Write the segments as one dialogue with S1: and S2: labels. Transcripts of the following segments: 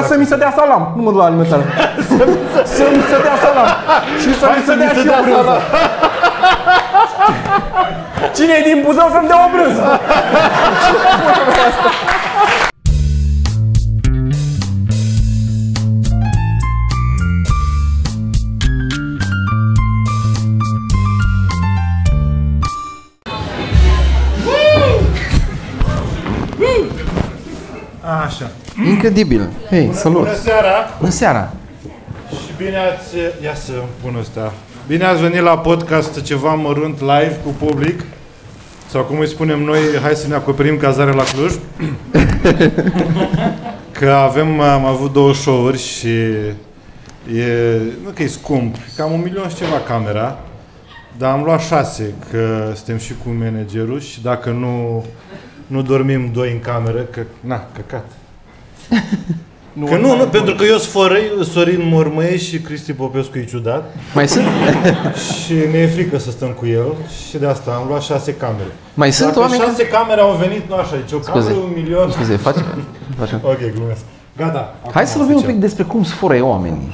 S1: ca să mi se dea salam. Nu mă duc la alimentară. să mi se dea salam. Și să mi se dea și o brânză. Cine e din Buzău să-mi dea o brânză?
S2: Așa.
S3: Incredibil. Hei, salut.
S2: Bună seara
S3: Bună seara.
S2: și bine ați... Ia să pun ăsta. Bine ați venit la podcast ceva mărunt live cu public. Sau cum îi spunem noi, hai să ne acoperim cazarea la Cluj. că avem, am avut două show-uri și e, nu că e scump, cam un milion și ceva camera, dar am luat șase, că suntem și cu managerul și dacă nu, nu dormim doi în cameră, că, na, căcat. Nu, că nu, nu, pentru că eu sunt fără- Sorin Mormăie și Cristi Popescu e ciudat
S3: Mai sunt,
S2: și ne e frică să stăm cu el și de asta am luat șase camere.
S3: mai sunt
S2: Dacă
S3: oameni care...
S2: șase camere au venit, nu așa, deci o cameră, un milion...
S3: Scuze, faci? faci-
S2: Ok, glumesc. Gata.
S3: Hai
S2: acum
S3: să vorbim un
S2: oficial.
S3: pic despre cum sfură oamenii.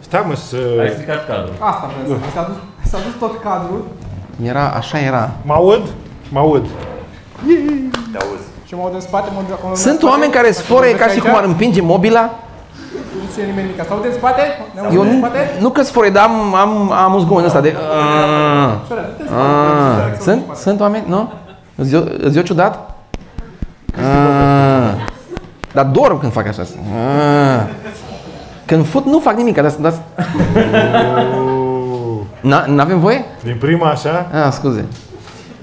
S2: Stai mă să...
S4: Ai stricat cadrul.
S1: Asta vreau să zic. S-a dus, s-a dus tot cadrul
S3: Era, așa era.
S2: Mă aud? Mă aud.
S4: Te auzi.
S1: și mă aud în spate, mă duc acolo. în
S3: Sunt
S1: spate,
S3: oameni care
S1: fac
S3: sfore
S1: un
S3: ca și
S1: aici,
S3: cum ar împinge mobila.
S1: Nu ține nimeni nimic. S-au în spate? Ne-am
S3: Eu
S1: auzit în
S3: nu,
S1: spate?
S3: nu că sfore, dar am, am, am un zgomot ăsta de... "Aaa,
S1: Soră, du-te în
S3: aaa".
S1: spate.
S3: Sunt, sunt oameni, nu? Îți eu- Îți eu ciudat? Aaa. Dar dorm când fac așa. Aaa. Când fut, nu fac nimic. Dar, dar,
S2: Uuu.
S3: na- n-avem voie?
S2: Din prima așa?
S3: Ah, scuze.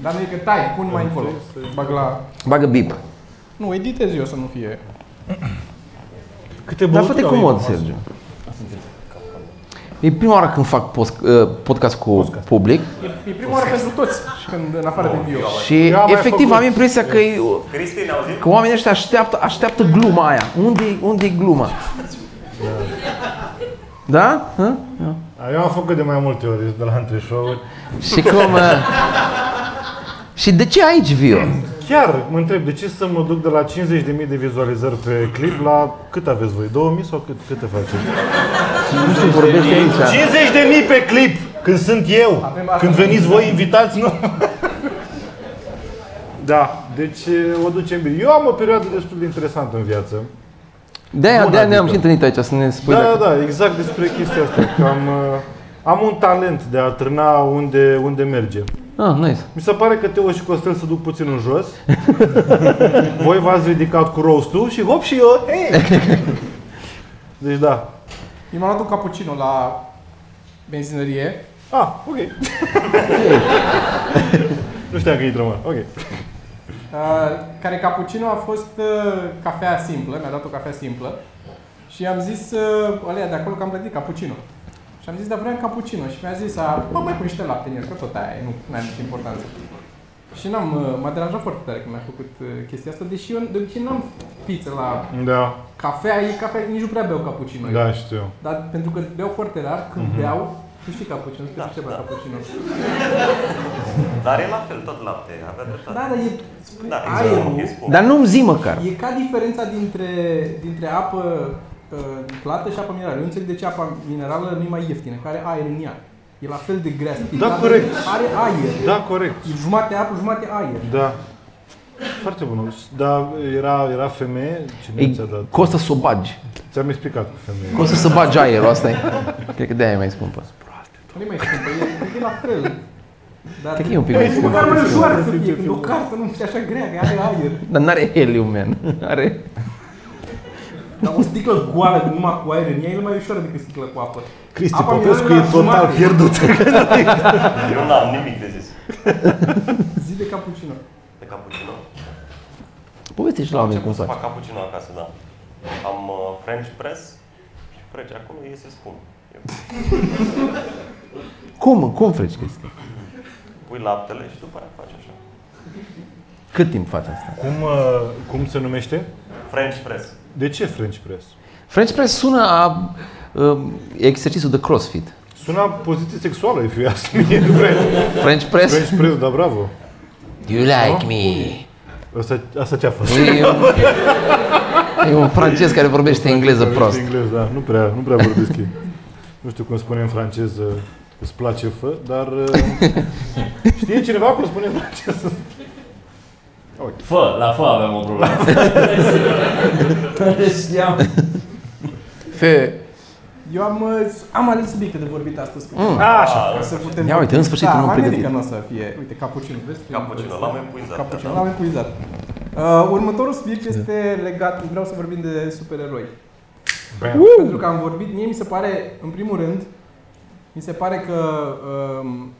S1: Dar nu e că tai, pun mai încolo. Bag la...
S3: Bagă bip.
S1: Nu, editez eu să nu fie.
S2: Câte
S3: Dar fă-te comod, Sergiu. E prima oară când fac post, uh, podcast cu public
S1: E prima oară pentru toți, când, în afară de eu.
S3: și
S2: Eu am mai
S3: efectiv
S2: făcut.
S3: am impresia că, e,
S4: Cristina, auzi?
S3: că oamenii ăștia așteaptă, așteaptă gluma aia. Unde e unde e gluma? Da? Hă? Da.
S2: Eu am făcut de mai multe ori de la între show
S3: Și cum... uh, și de ce aici, Vio?
S2: Chiar mă întreb, de ce să mă duc de la 50.000 de vizualizări pe clip la cât aveți voi? 2000 sau cât, câte faceți?
S3: Nu știu, vorbește aici.
S2: 50 de mii pe clip când sunt eu.
S1: Avem asta.
S2: Când veniți voi invitați, nu? Da, deci e, o ducem bine. Eu am o perioadă destul de interesantă în viață.
S3: De-aia,
S2: Bună,
S3: de-aia ne-am
S2: Vito.
S3: și întâlnit aici, să ne spui
S2: da,
S3: dacă...
S2: da, da, exact despre chestia asta. Că am, uh, am un talent de a trâna unde, unde merge.
S3: Ah, nice.
S2: Mi se pare că Teo și Costel se duc puțin în jos. Voi v-ați ridicat cu roastul și hop și eu. Hey! Deci da.
S1: Eu m-am luat un cappuccino la benzinărie.
S2: Ah, ok. nu știam că intrăm. Ok.
S1: Uh, care cappuccino a fost uh, cafea simplă, mi-a dat o cafea simplă și am zis uh, alea de acolo că am plătit cappuccino. Și am zis, dar vreau cappuccino și mi-a zis, a, bă, mai pun niște lapte în el, că tot aia e, nu are nicio importanță. Și n-am, uh, m-a deranjat foarte tare că mi-a făcut uh, chestia asta, deși eu de obicei n-am pizza la
S2: Da,
S1: cafea, e cafea, nici nu prea beau cappuccino. eu.
S2: da, știu.
S1: Dar pentru că beau foarte rar, când beau, tu știi cappuccino, tu știi ce bea cappuccino.
S4: Dar e la fel, tot lapte,
S1: Da,
S4: avea dreptate.
S1: dar e,
S4: Da,
S1: aerul,
S4: e spumă.
S3: Dar nu-mi zi măcar.
S1: E ca diferența dintre, dintre apă uh, plată și apă minerală. Eu nu înțeleg de ce apa minerală nu e mai ieftină, care are aer în ea. E la fel de grea.
S2: Da,
S1: Dar
S2: corect.
S1: Are aer.
S2: Da, corect.
S1: E jumate apă, jumate aer.
S2: Da. Foarte bună. Da, era, era femeie. Cine
S3: Ei,
S2: ți-a dat?
S3: costă să o bagi.
S2: Ți-am explicat cu femeie.
S3: Costă să bagi aerul, asta e. Cred că de-aia e mai scumpă.
S1: Nu e mai scumpă, e, cred că e la fel. Dar
S3: Cred că e un pic mai scumpă.
S1: Măcar mai ușoară să fie, când o cartă nu fie așa grea, că are aer.
S3: Dar n-are helium, man. Are...
S1: Dar o sticlă goală de numai cu aer în ea e mai ușoară decât sticlă cu apă.
S2: Cristi
S1: Apa Popescu minerală e total jumate.
S2: pierdut.
S4: Eu n-am nimic de zis.
S1: Zi de cappuccino.
S4: De cappuccino.
S3: Povestește la
S4: Am
S3: oameni cum
S4: început să
S3: faci.
S4: fac cappuccino acasă, da. Am uh, French press și freci acolo, iese spum.
S3: Cum? Cum faci chestia?
S4: Pui laptele și după aia faci așa.
S3: Cât timp faci asta?
S2: Cum, uh, cum se numește?
S4: French press.
S2: De ce French Press?
S3: French press sună a um, exercițiul de crossfit.
S2: Suna poziție sexuală, if you ask me. French,
S3: French press?
S2: French Press, da, bravo.
S3: You like me.
S2: Asta, asta ce-a fost?
S3: You, E un francez care vorbește engleză
S2: Vorbește
S3: prost.
S2: engleză, da. Nu prea, nu prea vorbesc ei. Nu știu cum spune în franceză îți place fă, dar uh, știe cineva cum spune în franceză?
S4: Fă, la fă aveam o problemă. Care știam.
S3: Fe.
S1: Eu am, uh, am alt subiecte de vorbit astăzi. cu tine.
S5: Așa.
S1: Ca să putem...
S3: Mm. Ia uite, în sfârșit
S1: da,
S3: un om
S1: America
S3: pregătit.
S1: nu o să fie. Uite, cappuccino, vezi?
S5: Cappuccino, l-am epuizat,
S1: Cappuccino,
S5: da.
S1: l-am epuizat. Uh, următorul subiect este legat, vreau să vorbim de supereroi.
S3: Uh!
S1: Pentru că am vorbit, mie mi se pare, în primul rând, mi se pare că um,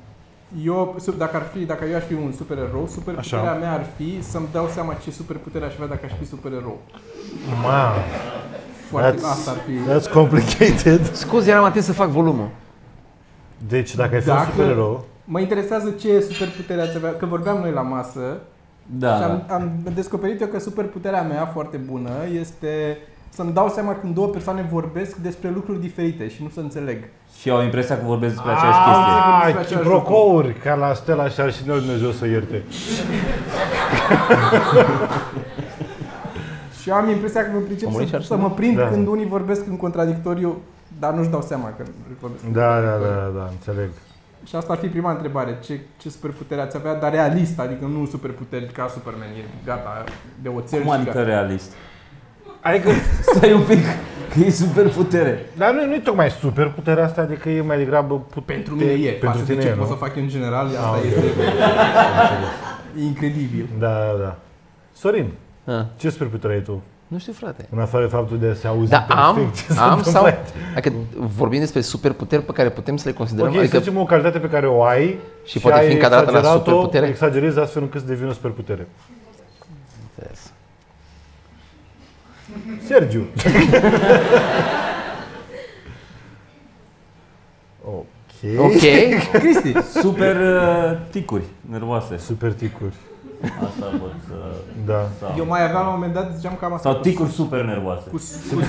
S1: eu, sub- dacă ar fi, dacă eu aș fi un supererou, superputerea
S2: Așa.
S1: mea ar fi să-mi dau seama ce superputere aș avea dacă aș fi supererou.
S2: Ma,
S1: Foarte,
S2: That's-
S1: asta ar fi.
S2: that's complicated.
S3: Scuze, eram atent să fac volumul.
S2: Deci dacă ai fost
S1: Dacă-
S2: supererou,
S1: Mă interesează ce superputere ați avea, că vorbeam noi la masă Și
S4: Da.
S1: am, am descoperit eu că superputerea mea foarte bună este să-mi dau seama când două persoane vorbesc despre lucruri diferite și nu se înțeleg.
S4: Și au impresia că vorbesc despre aceeași chestie.
S1: Sigur despre
S2: Ah,
S1: același
S2: brocouri, ca la Stella și ar și noi Dumnezeu să ierte.
S1: Și eu am impresia că mă pricep
S3: Am murit și
S1: să,
S3: ar
S1: să mă prind
S2: Da.
S1: când unii vorbesc în contradictoriu, dar nu-și dau seama că vorbesc. în
S2: Da, da,
S1: contradictoriu.
S2: da, da, înțeleg.
S1: Și asta ar fi prima întrebare. Ce, ce superputere ați avea, dar realist, adică nu superputeri ca Superman, e gata, de oțel
S4: Cum
S1: și
S4: adică
S1: gata.
S4: realist?
S2: Adică,
S4: Stai un pic, că e super putere.
S2: dar nu, nu e tocmai super puterea asta, adică e mai degrabă putere.
S1: Pentru mine e,
S2: Pentru
S1: față de
S2: tine
S1: ce
S2: e,
S1: pot să
S2: nu?
S1: fac eu în general, asta
S2: Ah, ok.
S1: este incredibil.
S2: Da, da, da. Sorin,
S3: Ah.
S2: ce superputere ai tu?
S3: Nu știu, frate.
S2: În afară de faptul de a se auzi
S3: Da, am,
S2: perfect ce se
S3: am
S2: întâmplă
S3: sau...
S2: aici.
S3: Adică vorbim despre superputeri pe care putem să le
S2: Ok,
S3: considerăm,
S2: adică... să
S3: adică
S2: zicem o calitate pe care o ai
S3: Și poate fi
S2: ai
S3: încadrată la
S2: exagerat-o,
S3: superputere?
S2: Exagerezi astfel încât să devine o superputere.
S3: Înțeles.
S2: Sergiu! ok.
S3: Ok,
S1: Cristi,
S4: Super uh, ticuri nervoase.
S2: Super ticuri.
S4: Asta uh, văd să...
S2: Da.
S1: eu mai aveam la un moment dat, ziceam că am asta
S4: Sau
S1: cu
S4: ticuri super nervoase.
S1: cu, cu,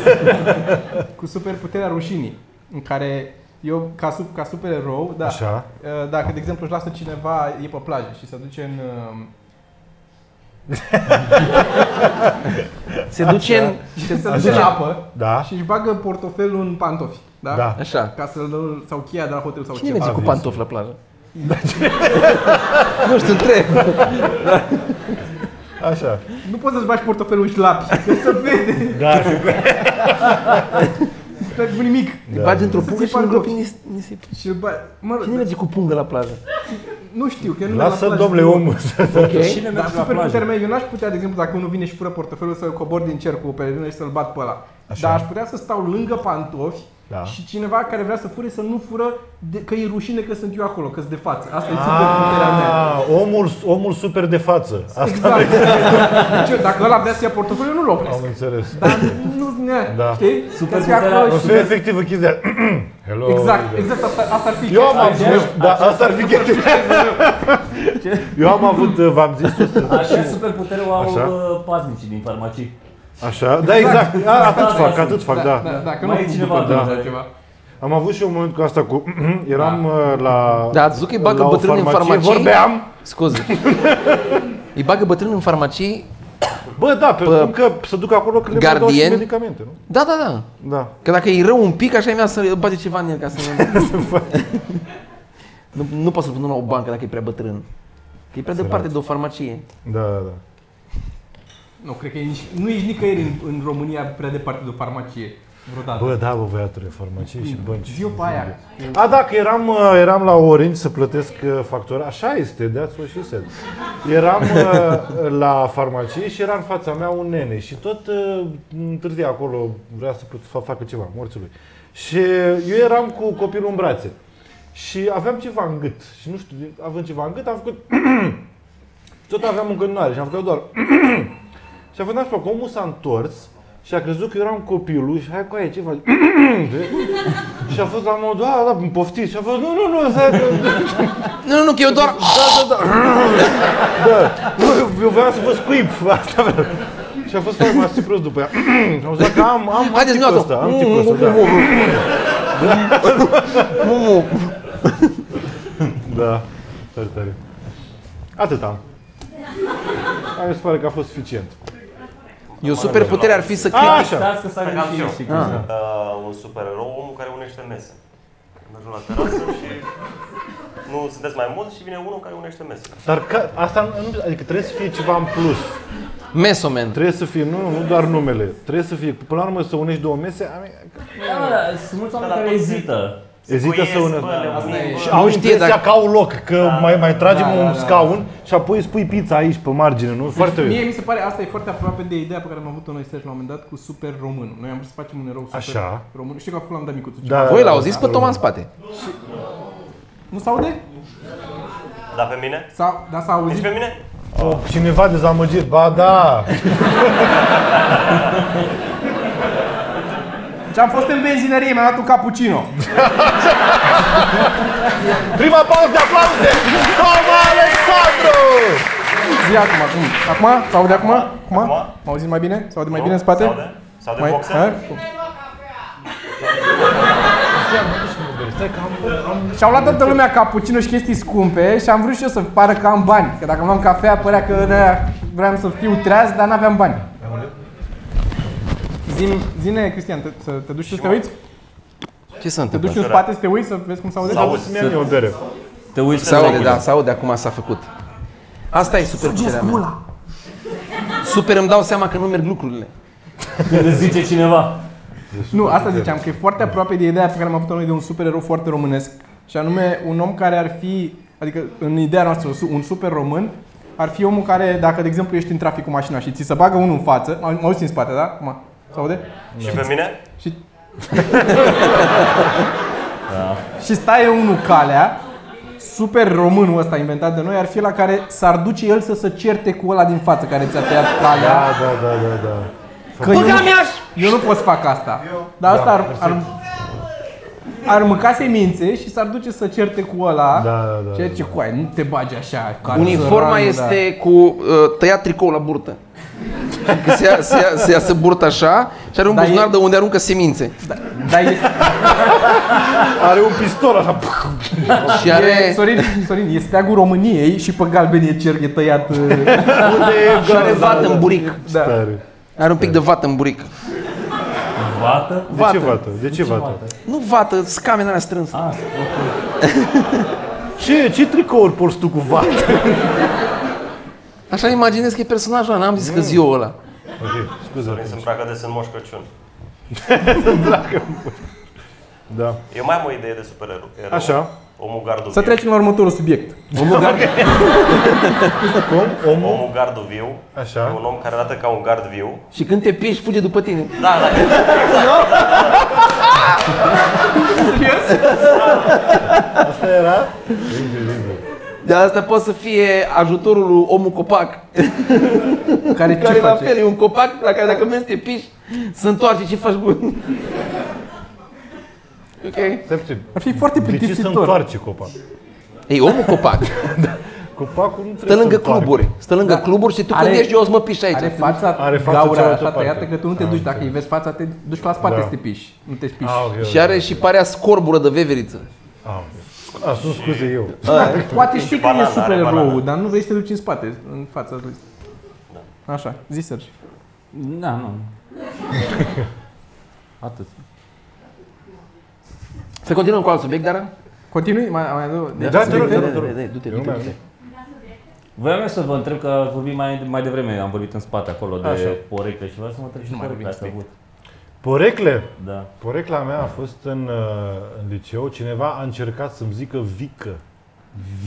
S1: cu superputerea rușinii, în care eu, ca, sub, ca supererou, da,
S2: Așa.
S1: uh, dacă, de exemplu, își lasă cineva, e pe plajă și se duce în... uh,
S3: se duce în...
S1: Se duce în apă
S2: Da.
S1: și își bagă portofelul în pantofi, da?
S2: Da.
S3: Așa.
S1: Ca să sau cheia de la hotel sau
S3: Cine
S1: ceva.
S3: merge cu
S2: zis.
S3: pantofi la plajă? nu știu, întreb.
S2: Așa.
S1: Nu poți să-ți bagi portofelul în șlapi, că se vede,
S2: Da.
S1: nu cu nimic.
S2: Da.
S3: Îi Da. bagi într-o
S1: Să
S3: pungă
S1: ții
S3: și îl
S1: pantofi.
S3: îngropi în nis- nisip.
S1: Și îl ba- mă rog,
S3: Cine merge cu pungă la plajă?
S1: nu știu, că nu
S2: Lasă,
S1: la
S2: domnule, omul să...
S4: Cine
S1: Dar
S4: merge la
S1: super
S4: plajă?
S1: puterea mea, eu n-aș putea, de exemplu, dacă unul vine și fură portofelul, să-l cobor din cer cu o pelerină și să-l bat pe ăla.
S2: Așa.
S1: Dar aș putea să stau lângă pantofi
S2: Da.
S1: și cineva care vrea să fure să nu fură, de, că e rușine că sunt eu acolo, că sunt de față. Asta e super puterea mea.
S2: Ah, omul, omul super de față. Asta
S1: Exact. Deci eu, dacă ăla vrea să ia portofelul, eu nu-l opresc.
S2: am înțeles.
S1: Dar nu, ne,
S2: Da.
S1: știi?
S4: Super
S1: Că-s eu acolo
S2: O
S4: puterea-
S1: și-
S2: să fie efectiv închis de Hello.
S1: Exact, exact, asta, asta ar fi.
S2: Eu am
S1: chestia.
S2: avut, da, asta ar fi chestia. Eu am avut, uh, v-am zis, o să-
S4: Așa super putere o au
S2: Așa.
S4: uh, paznicii din farmacii.
S2: așa, da, exact, A, atât fac, atât fac,
S1: Da,
S2: da.
S1: da, dacă nu
S4: Mai
S1: am
S4: e
S1: făcut
S4: cineva
S1: după
S4: de-
S1: ceva.
S2: Am avut și un moment cu asta cu, eram uh, la,
S3: Da, ați zis că îi bagă
S2: la o
S3: bătrâni în farmacie?
S2: vorbeam,
S3: Scuze. Îi bagă bătrân în farmacii?
S2: bă, da, pentru că se duc acolo când le dau și
S3: Gardien?
S2: medicamente, nu?
S3: Da, da, da.
S2: Da.
S3: Că dacă e rău un pic, așa e mea să bage ceva în el ca să nu... nu, nu pot să-l pun la o bancă dacă e prea bătrân. Că e prea departe de o farmacie.
S2: Da, da, da.
S1: Nu, cred că e nici, nu ești nicăieri în, în România prea departe de o farmacie. Vreodată.
S2: Bă, da, bă, băiatule, farmacie și bănci.
S1: Ziua pe aia.
S2: A, da, că eram, uh, eram la Orange să plătesc uh, factura. Așa este, that's what she said. Eram uh, la farmacie și era în fața mea un nene și tot uh, întârzia acolo, vrea să, plă- să facă ceva, morțului. Și eu eram cu copilul în brațe și aveam ceva în gât și nu știu, având ceva în gât, am făcut tot aveam un gândare și am făcut doar și a fost nașpa că omul s-a întors și a crezut că eu eram copilul și hai cu aia, ce faci? și a fost la modul, da, da, îmi poftiți. Și a fost, nu, nu, nu, stai, că-
S3: Nu, nu, nu, că eu doar...
S2: da, da, da. da. Nu, eu- eu vreau să vă scuip. Asta vreau. Și a fost foarte mai prost după ea. Și am zis că am, am, am
S3: Haideți,
S2: ticul
S3: nu,
S2: ăsta, am ticul
S3: mm,
S2: ăsta, da.
S3: Mumu.
S2: Da, tare, tare. Atât am. Am mi se pare că a fost suficient.
S3: Eu super putere ar fi să
S2: A,
S3: cred.
S2: așa.
S4: Stați că s-a
S6: Cam
S4: gândit
S6: și eu.
S4: și
S3: Ah.
S6: Uh, un super erou, omul care unește mese. Mergem la terasă și nu sunteți mai mulți și vine unul care unește mese.
S2: Dar ca, asta nu, nu- adică trebuie să fie ceva în plus.
S3: Mesoman.
S2: Trebuie să fie, nu, nu doar numele. Trebuie să fie, până la urmă să unești două mese, am-
S4: Da, mă, dar sunt mulți oameni care ezită.
S2: ezită să
S6: Puiesc,
S2: unești.
S6: bă, le
S1: Asta e.
S6: unim,
S2: Și
S6: bă.
S2: au
S3: știe
S2: impresia
S3: dacă-
S2: că au loc, că mai, mai tragem
S1: Da,
S2: un
S1: da, da.
S2: scaun și apoi spui pizza aici pe margine, nu? Foarte
S1: Mie mi se pare, asta e foarte aproape de ideea pe care am avut-o noi, Serge, la un moment dat, cu super român. Noi am vrut să facem un erou super
S2: Așa.
S1: român. Știi că acum l-am dat micuțul.
S2: Da.
S3: Voi l-auziți pe Toma în spate.
S1: Nu s-aude?
S6: Dar pe mine?
S1: S-a, da, s-a
S6: Nici
S1: auzit?
S6: pe mine?
S2: O, Oh, cineva dezamăgit, ba da!
S1: Deci am fost în benzinărie, mi-a dat un cappuccino.
S2: Prima pauză de aplauze! Toma Alexandru!
S1: Zi acum, acum. Mm. Acum? S-aude acum? Acum?
S6: Acum?
S1: M-au auzit mai bine? S-aude mai
S6: Nu?
S1: bine în spate?
S6: Sau de, sau de
S1: Mai,
S6: boxe?
S1: a? Și-au luat toată lumea cappuccino și chestii scumpe și am vrut și eu să pară că am bani. Că dacă am luam cafea, părea că de-aia vreau să fiu treaz, dar n-aveam bani. Zim, zine, Cristian, te, să te duci și să te uiți?
S3: Ce se
S1: Te duci în
S3: întâmplă?
S1: spate să te uiți, să vezi cum s-aude?
S6: Sau-
S2: Să-mi ia mie o bere. Da,
S4: Te uiți
S3: Se aude,
S4: la-
S3: da, se aude acum s-a făcut. Asta e super puterea mea. Super îmi dau seama că nu merg lucrurile.
S4: Când îți zice cineva.
S1: Nu, asta ziceam, că e foarte aproape de ideea pe care am avut-o noi de un supererou foarte românesc. Și anume, un om care ar fi, adică în ideea noastră, un super român, ar fi omul care, dacă, de exemplu, ești în trafic cu mașina și ți se bagă unul în față, mă mă auzi în spate, da? Acum, se aude?
S6: Și pe mine?
S1: Și... și stai unul calea, super românul ăsta inventat de noi, ar fi la care s-ar duce el să se certe cu ăla din față care ți-a tăiat calea.
S2: Da, da, da, da, da.
S1: Că Păi eu, nu, eu nu pot să fac asta. Dar
S2: Da,
S1: asta ar, ar, ar mânca semințe și s-ar duce să certe cu ăla.
S2: Da, da, da,
S1: Ceea
S2: da,
S1: ce cu aia, nu te bagi așa. Ca da.
S3: Uniforma
S1: săranul,
S3: este cu uh, tăiat tricou la burtă. Că se, ia, se, ia, se iasă burtă așa și are un
S1: Dar e-
S3: buzunar de unde aruncă semințe.
S1: Da, dar este,
S2: Are un pistol așa.
S3: Și
S1: e,
S3: are...
S1: Sorin, Sorin, e steagul României și pe galben e cer, e tăiat. uh,
S2: Unde e
S3: Și are vată în buric.
S1: Da.
S2: Tare.
S3: Are un pic de vată în buric.
S4: Vată?
S2: De ce vată? De ce vată?
S3: Nu vată, scamen alea strâns.
S4: Ah, ok.
S2: Ce, ce tricouri porți tu cu vată?
S3: Așa imaginez că e personajul ăla, n-am zis că ziua ăla.
S2: Ok,
S6: Păi se
S2: scuze.
S6: îmbracă de sunt Moș Crăciun.
S2: Da.
S6: Eu mai am o idee de super erou.
S2: Așa.
S6: Omul gardu
S1: Să
S6: viu.
S1: trecem la următorul subiect. Omul gar-
S2: Cum? Omul?
S6: Omul gardu viu.
S2: Așa.
S6: E un om care arată ca un gard viu.
S3: Și când te piști, fuge după tine.
S6: Da, da.
S2: Asta era? Incredibil.
S3: De asta poate să fie ajutorul lui omul copac.
S1: care ce
S3: care la
S1: face?
S3: fel e un copac la care dacă mergi te piși, se întoarce ce faci cu... Ok.
S1: Ar fi foarte
S2: De ce se
S1: plictisitor.
S2: întoarce copac?
S3: Ei, omul copac
S2: Copacul nu trebuie
S3: stă lângă
S2: să întoarcă.
S3: cluburi. Stă lângă
S1: Da.
S3: cluburi și tu
S1: Are-
S3: când ești eu o să mă piși aici.
S1: Are fața,
S2: Are
S1: are
S2: fața
S1: fața gaura
S2: cealaltă
S1: așa
S2: parte.
S1: tăiată că tu nu te
S2: Am
S1: duci. Dacă îi
S2: înțeles.
S1: vezi fața, te duci la spate
S2: Da.
S1: să te piși. Nu te piși.
S2: Ah, ok,
S3: Și
S2: ok.
S3: are și parea scorbură de veveriță.
S2: Ah, ok. Ah, sunt scuze eu.
S3: Da.
S1: Poate știi că e
S6: banană, are
S1: super erou,
S6: banană.
S1: dar nu vrei să te duci în spate, în fața lui. Așa, zi Sergi.
S4: Da, nu. Atât.
S3: Să continuăm cu alt subiect, dar...
S1: Continui? Mai, mai adu- deci,
S2: Da, te rog, te rog, te rog.
S3: Du-te, du-te,
S2: Eu nu mai
S3: du-te.
S2: am.
S4: Voiam eu să vă întreb că ați vorbit mai, mai devreme, am vorbit în spate acolo de
S1: Așa.
S4: porecle și vreau să mă întreb și
S1: Nu mai
S4: porecle ați
S1: vorbim
S4: avut.
S2: Porecle?
S4: Da.
S2: Porecla mea a fost în, uh, în liceu. Cineva a încercat să-mi zică vică.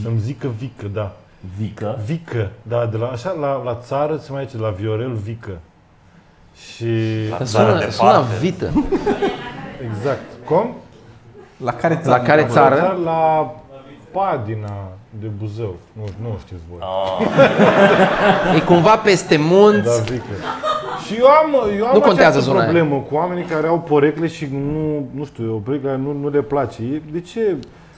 S2: Să-mi zică vică, da.
S4: Vică.
S2: Vică, da, de la, așa, la, la țară se mai zice, la Viorel Vică. Și,
S6: Dar
S3: Sună,
S6: de
S3: sună
S6: parte.
S3: vită.
S2: exact, cum?
S1: La care ți
S3: La care
S2: La,
S3: țară?
S2: țară, la Padina de Buzău. Nu, nu știți voi.
S3: E cumva peste
S2: Da,
S3: munți.
S2: Vică. Și eu am, eu am
S3: Nu contează
S2: această
S3: zona aia.
S2: problemă cu oamenii care au porecle și nu, nu știu, o porecle nu, nu le place. E- De ce?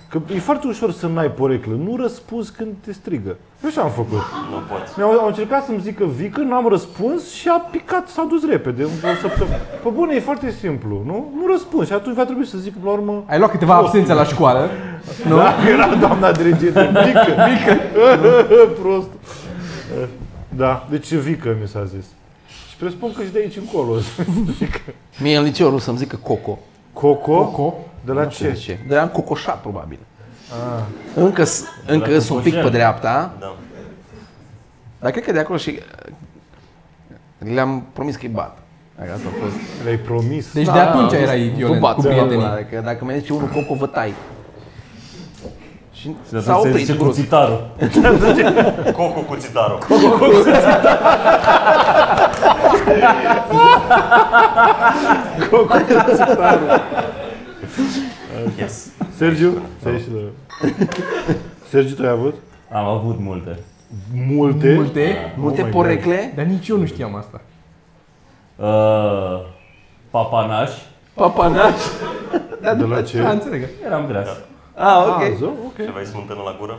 S2: Că e foarte ușor să n-ai porecle. Nu răspunzi când te strigă. Eu așa am făcut.
S6: Nu poți.
S2: Mi-au au încercat să-mi zică vică, n-am răspuns și a picat, s-a dus repede. în O săptămână. Pe bune, e foarte simplu, nu? Nu răspuns și atunci va trebui să zic, la urmă,
S1: Ai luat câteva absențe la școală.
S2: nu? Da, era doamna dirigentă, vică, vică, prost. Da, deci vică mi s-a zis. Și Presupun că și de aici încolo.
S3: Mie în liceu o să-mi zică Coco.
S2: Coco?
S1: Coco.
S2: De la
S3: De
S2: ce?
S3: ce? De am cocoșat, probabil. Încă, s- încă
S4: la
S3: sunt un pic pe
S4: cocoșel.
S3: dreapta,
S6: Da.
S3: dar cred că de acolo și... uh, Le-am promis că-i bat. Adică Asta a fost.
S2: Le-ai promis.
S1: Deci de atunci erai
S3: Da, Vă
S1: violent
S3: bat
S1: cu prietenii.
S3: Adică dacă mi-ai zis unul Coco, vă tai. Și
S4: Și de
S3: s-a
S4: atunci se
S3: oprit
S4: zice cu
S3: brusc.
S4: țitarul.
S6: Coco cu țitarul. Yes.
S2: Sergiu? Să ieși la... Sergiu, tu ai avut?
S4: Am avut multe.
S2: Multe.
S1: Multe,
S3: Multe
S2: Oh my
S3: porecle,
S1: dar nici eu nu știam asta.
S4: Uh, papanaș.
S3: papanaș.
S2: De la ce?
S1: A, Da, înțeleg.
S4: Eram gras.
S3: Ah,
S2: Ah,
S3: ok.
S2: zo? ok.
S6: Ce vrei smântână la gură?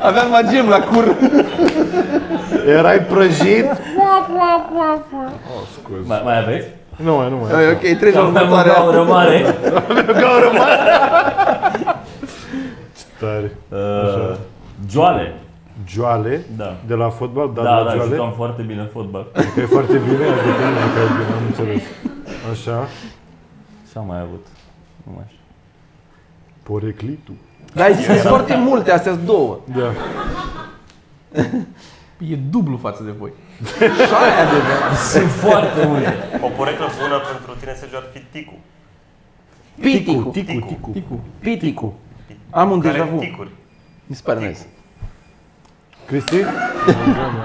S3: Aveam magem la cur.
S2: Erai prăjit? oh, scuze.
S4: Mai, mai aveți?
S2: Nu mai, nu mai.
S3: Ai, Ok, treci la
S4: Aveam o
S3: următoarea.
S4: gaură mare.
S2: Tare. Da.
S4: Uh, joale.
S2: Joale?
S4: Da.
S2: De la fotbal? Da,
S4: Da,
S2: de la
S4: da,
S2: joale?
S4: jucam foarte bine în fotbal.
S2: Că e foarte bine, adică nu jucai bine, am înțeles. Așa.
S4: Ce am mai avut? Nu mai știu.
S2: Poreclitul.
S3: Dar sunt foarte multe, astea sunt două.
S2: Da.
S1: E dublu față de voi.
S3: Și aia de
S4: Sunt foarte multe.
S6: O poreclă bună pentru tine, Sergiu, ar fi ticu.
S3: Piticu.
S2: Ticu, ticu.
S1: Ticu.
S3: Piticu. Am un deja
S6: Care
S3: vu.
S6: ticuri?
S3: Mi se pare nice.
S2: Cristi?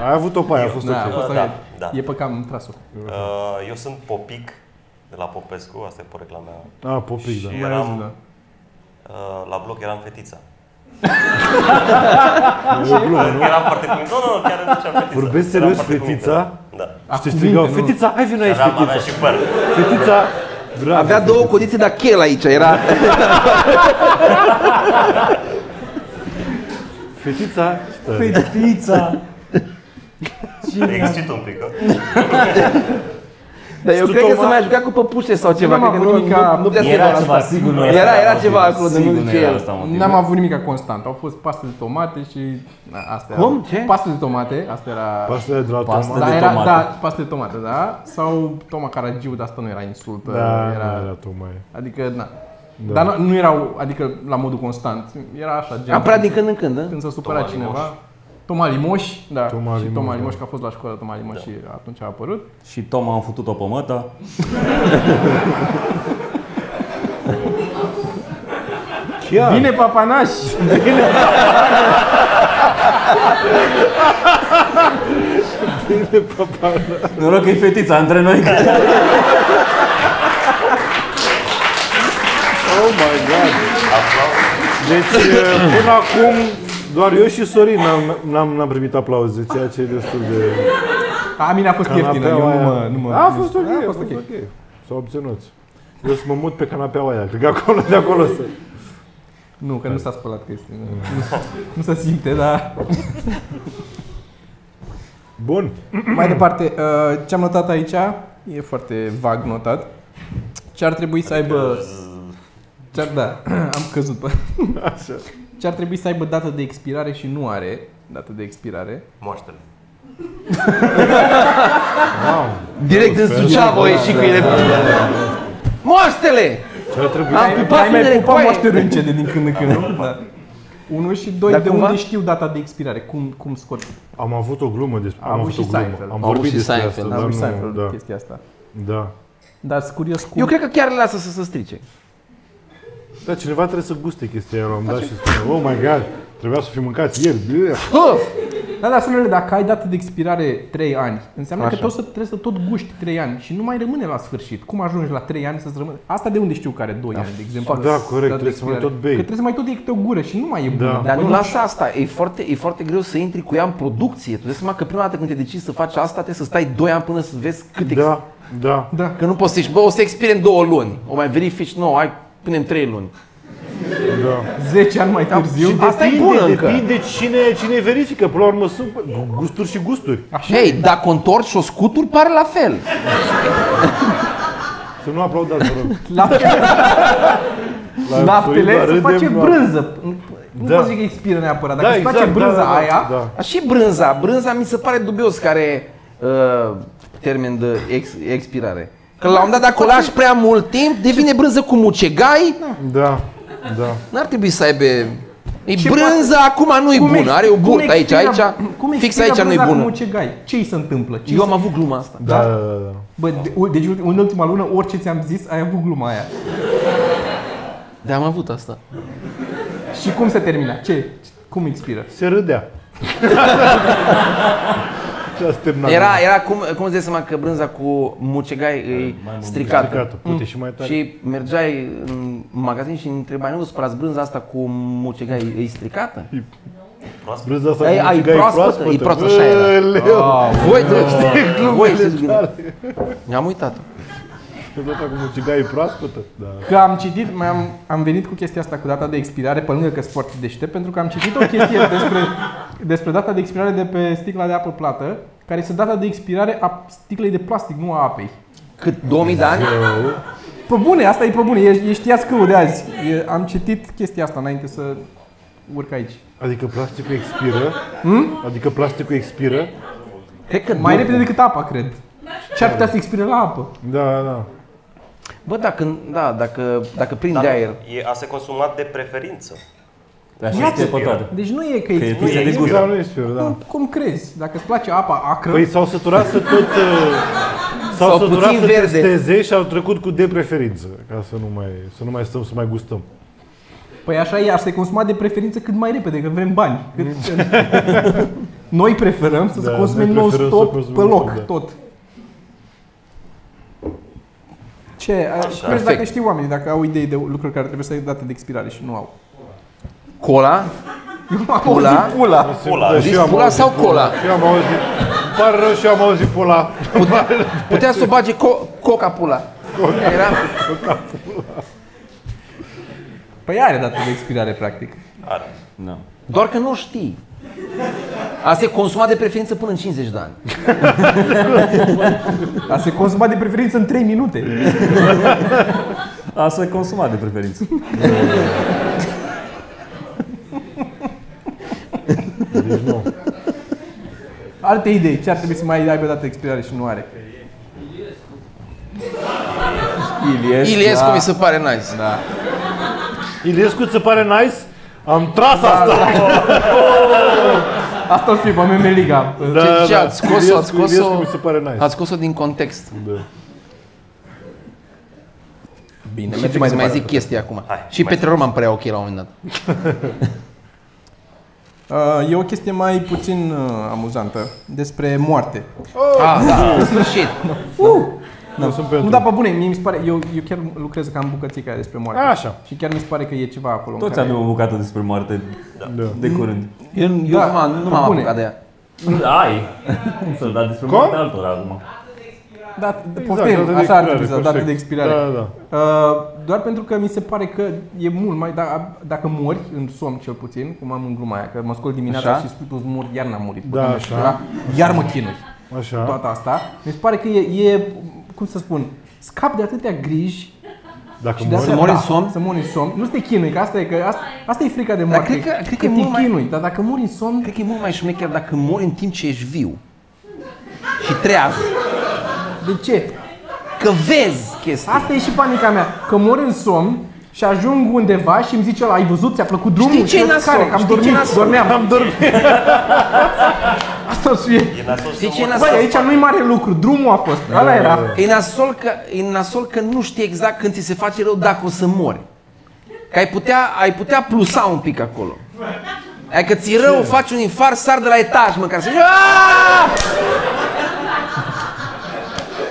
S2: Ai avut-o pe aia, a fost
S1: Da, a
S2: ok.
S1: fost
S6: Da,
S1: da,
S6: da.
S1: E pe cam trasul.
S6: Uh, eu sunt Popic, de la Popescu, asta e porecla mea.
S2: A, popic, da.
S6: Și
S1: Mai auzit,
S6: eram,
S1: da.
S6: uh, la bloc eram fetița.
S1: Da.
S2: E o glumă, nu?
S6: Eram foarte cumit. Nu, nu, chiar nu fetița.
S2: Vorbesc
S6: Eram
S2: serios,
S6: foarte cumit,
S2: fetița?
S6: Da.
S2: Și te
S1: Acum
S2: strigau,
S1: minte, nu.
S2: fetița, hai vină aici,
S6: Dar Aveam, aveam
S2: fetița.
S6: și păr.
S2: Fetița, bravo.
S3: Avea două condiții, dar chel aici era.
S2: Fetița, stai.
S4: Fetița.
S6: Excit un pic, uh. că.
S3: Dar eu
S2: Tu,
S3: cred că
S2: Toma?
S3: se mai juca cu păpușe sau ceva.
S1: N-am
S3: cred că
S1: avut
S3: nu,
S1: nimica-
S3: nu, nu putea să
S4: Era
S3: doar
S4: ceva,
S3: asta.
S4: sigur nu
S3: Era- era
S4: motivul.
S3: ceva acolo, de nu
S4: Sigur nu
S3: zice
S4: era
S3: el.
S4: asta motivul.
S1: N-am avut nimic constant. Au fost paste de tomate și asta
S3: Cum? Ce?
S1: Paste de tomate, asta era...
S2: Pastă de la
S4: Pastă
S2: Toma.
S4: de
S1: da, era,
S4: tomate.
S1: da, paste de tomate, da? Sau Toma Caragiu, dar asta nu era insultă.
S2: Da,
S1: era,
S2: era, era Tomae.
S1: Adică, na.
S2: Da.
S1: Dar nu, nu erau, adică, la modul constant. Era așa, gen...
S3: Am prea din când în când, da?
S1: Când s-a supărat
S6: Toma
S1: cineva. Toma Limoș, da.
S2: Toma
S1: și
S2: Limoș,
S1: Toma
S2: da.
S1: Limoș, că a fost la școală Toma Limoș și atunci a apărut.
S4: Și Tom am făcut-o pe măta.
S2: Chiar?
S1: Bine, papanaș!
S4: Noroc că e fetița între noi.
S2: Oh my god. Deci, până acum, doar eu și Sorin n-am, n-am, n-am primit aplauze, ceea ce e destul de...
S1: A, mine a fost ieftină, eu nu mă... Nu mă
S2: A fost ok,
S1: a
S2: a fost ok. S-au obținut. Eu să mă mut pe canapeaua aia, cred că acolo, de acolo să...
S1: Nu, că nu s-a spălat chestia. Nu, nu se simte, da. dar...
S2: Bun.
S1: Mai departe, uh, ce am notat aici e foarte vag notat. Ce ar trebui să aibă... Ce ar, da, am căzut pe...
S2: Așa.
S1: Ce ar trebui să aibă dată de expirare și nu are dată de expirare.
S6: Moaștele.
S2: Wow.
S3: Direct în Suceava au ieșit cu ele. Moaștele!
S2: Ce ar trebui?
S3: Am
S1: Ai
S3: pipat
S1: mai
S3: unele
S1: pupat
S3: coaie.
S1: moșterânce de din când în când, nu? Da. Unu și doi,
S3: Dar
S1: de
S3: cumva-
S1: unde știu data de expirare? Cum, cum scot?
S2: Am avut o glumă despre...
S1: Am avut
S2: o
S1: și
S2: glumă.
S1: Seinfeld.
S2: Am
S3: Am avut
S2: vorbit
S3: și
S2: despre
S3: Seinfeld,
S2: asta,
S1: Am
S2: dar
S1: da,
S2: nu,
S1: da.
S2: da,
S1: chestia asta.
S2: da.
S1: Dar sunt curios cum...
S3: Eu cred că chiar le lasă să se strice.
S2: Da, cineva trebuie să guste chestia aia la un moment dat și spune, oh my god, trebuia să fi mâncat ieri. Bleh.
S3: Hă!
S1: Da, dar spune dacă ai dată de expirare 3 ani, înseamnă
S3: Așa.
S1: că tot să, trebuie să tot guști 3 ani și nu mai rămâne la sfârșit. Cum ajungi la 3 ani să-ți rămâne? Asta de unde știu care 2 ani, de exemplu?
S2: da, corect,
S1: dată de
S2: trebuie să mai
S1: expirare.
S2: tot
S1: Că
S2: bei.
S1: trebuie să mai tot iei câte o gură și nu mai e bună.
S2: Da.
S3: Dar
S1: Bă,
S3: nu lasă asta, e foarte, e foarte greu să intri cu ea în producție. Tu dai seama că prima dată când te decizi să faci asta, trebuie să stai 2 ani până să vezi cât ex-
S2: Da, da.
S1: Da.
S3: Că nu poți să zici, bă, o să expire în 2 luni. O mai verifici, nu, hai, punem 3 luni.
S1: 10 ani
S2: Da,
S1: mai târziu.
S3: și de- Asta e bună încă.
S2: Depinde cine, cine verifică. Până la urmă sunt gusturi și gusturi.
S1: Așa
S3: Hei, dacă o întorci și o scuturi, pare la fel.
S2: Să nu aplaudați, vă rog.
S1: laptele,
S2: Sorin, dar
S1: laptele se
S2: râdem,
S1: face
S2: la-
S1: brânză. Nu
S2: Da.
S1: pot zic că expiră neapărat, dacă
S2: Da,
S1: îți place
S2: exact, da,
S1: brânza
S2: da, da,
S1: aia,
S2: da.
S3: Dar și brânza. Brânza mi se pare dubios care uh, termen de ex, expirare. Că la un moment dat dacă o lași prea mult timp, devine brânză cu mucegai.
S2: Da, da.
S3: N-ar trebui să aibă... E
S1: Ce
S3: brânza acum nu e
S1: Cum
S3: bună,
S1: ex-
S3: are o
S1: cum
S3: burtă aici,
S1: expiră-
S3: aici,
S1: cum
S3: fix
S1: expiră
S3: aici nu e
S1: brânza Cu
S3: bună.
S1: mucegai? Ce îi se întâmplă? Ce
S3: Eu
S1: îi
S3: am avut gluma asta.
S2: Da, da, da. da.
S1: se... Bă, de, u- deci ulti- în ultima lună, orice ți-am zis, ai avut gluma aia.
S3: Da, am avut asta.
S1: Și cum se termina? Ce? Cum expiră?
S2: Se râdea. Și a terminat.
S3: Era, era cum, cum îți dai seama că brânza cu mucegai e stricată.
S2: Stricată, pute și mai tare.
S3: Și mergeai în magazin și întrebai, nu supărați brânza asta cu mucegai e stricată?
S6: Proaspăt.
S2: Brânza asta
S3: Ai-
S2: cu
S3: ai
S2: mucigai
S3: proaspătă? E proastă, așa era.
S2: Aoleu.
S3: Voi, Da. voi știți bine. Am uitat.
S2: Brânza cu mucigai e proaspătă? Da.
S1: Că am citit, mai am, am venit cu chestia asta cu data de expirare, pe lângă că sunt foarte deștept, pentru că am citit o chestie despre, despre data de expirare de pe sticla de apă plată, care este data de expirare a sticlei de plastic, nu a apei.
S3: Cât? 2000 de ani?
S1: Pe bune, asta e pe bune, e, e știați că de azi. E, am citit chestia asta înainte să urc aici.
S2: Adică plasticul expiră?
S3: Hmm?
S2: Adică plasticul expiră?
S3: Cred că
S1: Mai repede decât apa, cred. Ce ar putea să expire la apă?
S2: Da, da.
S3: Bă, dacă, da, dacă, dacă prind
S6: Dar
S3: de aer.
S6: e, a se consuma de preferință.
S4: Așa este pe toate.
S1: Deci nu e că
S4: e
S1: expiră.
S4: pizza de
S1: e
S4: gust.
S2: Da, nu expiră, da.
S1: cum, cum crezi? Dacă îți place apa acră,
S2: Păi s-au săturat să tot... uh, S-au
S3: Sau
S2: săturat
S3: puțin
S2: să
S3: verde.
S2: testeze și au trecut cu de preferință, ca să nu mai, să nu mai stăm să mai gustăm.
S1: Păi așa e, aș se consuma de preferință cât mai repede, că vrem bani. Cât... noi preferăm să-ți
S2: Da,
S1: consumi
S2: noi preferăm să
S1: non-stop
S2: consumăm
S1: pe loc,
S2: da.
S1: tot. Ce? Sper dacă
S3: Perfect.
S1: știu oamenii, dacă au idei de lucruri care trebuie să ai date de expirare și nu au.
S3: Cola? Pula?
S1: Pula!
S6: Pula.
S2: Da,
S6: Deci,
S2: și eu am
S3: pula
S2: auzit
S3: sau cola?
S2: Și eu am auzit... Îmi pare rău și eu am auzit pula.
S3: Putea, putea să o bage co, coca pula. Era,
S1: Păi are dată de expirare, practic.
S6: Are.
S4: Nu.
S3: doar că nu o știi. Asta e consumat de preferință până în 50 de ani.
S1: A se consuma de preferință în 3 minute.
S4: Asta e consumat de preferință.
S2: Deci nu.
S1: Alte idei, ce ar trebui să mai aibă dată de expirare și nu are?
S4: Iliescu.
S3: Iliescu mi se pare nice. Deci, Da.
S2: Iliescu, ți se pare nice? Am tras
S3: Da,
S2: asta!
S1: Da. Asta o fi pe meme liga.
S2: Da,
S3: Ce- ce ați scos-o,
S2: Iliescu-
S3: ați scos-o?
S2: Iliescu mi se pare nice.
S3: Ați scos-o din context.
S2: Da.
S1: Bine,
S3: Și mai, mai zic chestii acum.
S6: Hai,
S3: și
S6: mai
S3: Petre Roman părea ok la un moment dat.
S1: Uh, E o chestie mai puțin uh, amuzantă despre moarte.
S3: Ah, da, în sfârșit.
S2: Eu sunt pentru.
S1: Nu, dar pe bune, mie mi se pare, eu, eu chiar lucrez ca am bucățica despre moarte.
S2: A, așa.
S1: Și chiar mi se pare că e ceva acolo. în
S4: Toți
S1: care-
S4: avem o bucată despre moarte
S2: Da.
S4: de curând.
S3: Eu, eu
S1: Da,
S3: nu m-am- nu
S1: pe
S3: m-am
S1: bune.
S3: apucat de ea.
S4: Ai! Cum să dar despre moarte altora acum.
S1: Da,
S2: Exact,
S1: poftim,
S2: dată de
S1: așa ar
S2: expirare,
S1: trebui să dată
S2: perfect.
S1: de expirare.
S2: Da, da.
S1: Uh, doar pentru că mi se pare că e mult mai, da, dacă mori în somn cel puțin, cum am în gluma aia, că mă scol dimineața
S3: Așa.
S1: și spui tu mor, iar n-am murit.
S2: Da,
S1: Bă,
S2: așa.
S1: da? Iar mă chinui.
S2: Așa.
S1: Toată asta. Mi se pare că e, e cum să spun, scap de atâtea griji
S2: Dacă
S1: Și de
S2: mori,
S1: asta-
S3: mori în
S1: da,
S3: somn?
S1: Să mori în somn. Nu să te chinui, că asta e, că asta, asta e frica de moarte.
S3: cred că- cred că e
S1: te
S3: mult mai-
S1: chinui, dar dacă mori în somn,
S3: Cred că e mult mai șmecher dacă mori în timp ce ești viu. Și treaz.
S1: de ce?
S3: Că vezi chestia.
S1: Asta e și panica mea, că mor în somn și ajung undeva și îmi zice ăla, ai văzut, ți-a plăcut drumul?
S3: Știi ce
S1: Și eu,
S3: e nasol?
S1: Care? Că am
S3: Știi ce e
S1: dormit,
S3: nasol?
S1: dormeam.
S2: am dormit.
S1: Asta o să fie.
S6: E nasol să
S3: Știi ce e
S6: mori.
S3: nasol?
S1: Băi, aici nu-i mare lucru, drumul a fost, ăla era.
S3: E nasol, că, e nasol că nu știi exact când ți se face rău dacă o să mori. Că ai putea, ai putea plusa un pic acolo. Adică ți-e rău, faci un infar, sar de la etaj măcar să zici "Aaah!"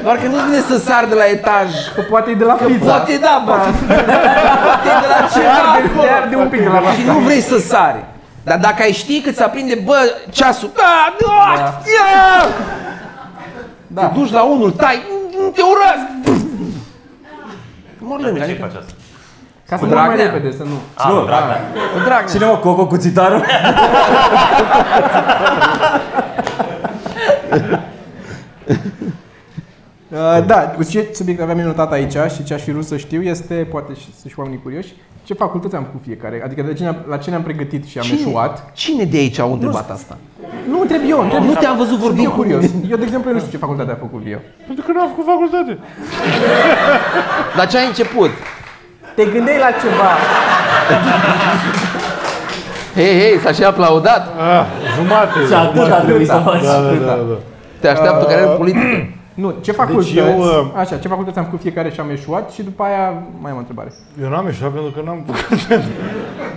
S3: Doar că nu-ți vine să sar de la etaj.
S1: Că poate e de la pizza.
S3: Poate da, poate, poate e de la
S1: Te
S3: ceva
S1: arde,
S3: acolo.
S1: te arde un pic de la
S3: Și
S1: pizza.
S3: nu vrei să sari. Dar dacă ai ști că ți aprinde, bă, ceasul, da, da,
S1: Da.
S3: ia!
S1: Da.
S3: Te duci la unul, tai, mm, te urăsc! Mor
S6: De
S3: lângă,
S6: ce
S3: adică,
S6: faci asta?
S1: Ca să
S3: Cu
S1: mor mai
S3: Dragnea?
S1: repede, să nu.
S6: A,
S4: Nu.
S6: Dragnea.
S3: cu drag.
S4: Cine mă, Coco cu țitarul?
S1: Uh, Uh, da, ce subiect aveam eu notat aici și ce aș fi vrut să știu este, poate și, sunt și oamenii curioși, ce facultăți am făcut fiecare, adică de ce ne-am- la ce ne-am pregătit și am eșuat.
S3: cine de aici au întrebat asta?
S1: Nu întreb eu, întreb
S3: Nu te-am văzut vorbind
S1: Eu curios. Eu, de exemplu, eu nu știu ce facultate a făcut eu.
S2: Pentru că nu am făcut facultate.
S3: Dar ce ai început?
S1: Te gândeai la ceva.
S3: Hei, hei, s-a și aplaudat.
S2: Ah, jumate.
S4: Și atât a trebuit să faci.
S2: Da, da, da, da.
S3: Te așteaptă
S2: Uh.
S3: carieră politică.
S1: Nu, ce facultăți,
S2: Deci eu, uh,
S1: așa, ce facultăți am făcut fiecare și am eșuat și după aia mai am o întrebare.
S2: Eu n-am ieșit pentru că n-am făcut.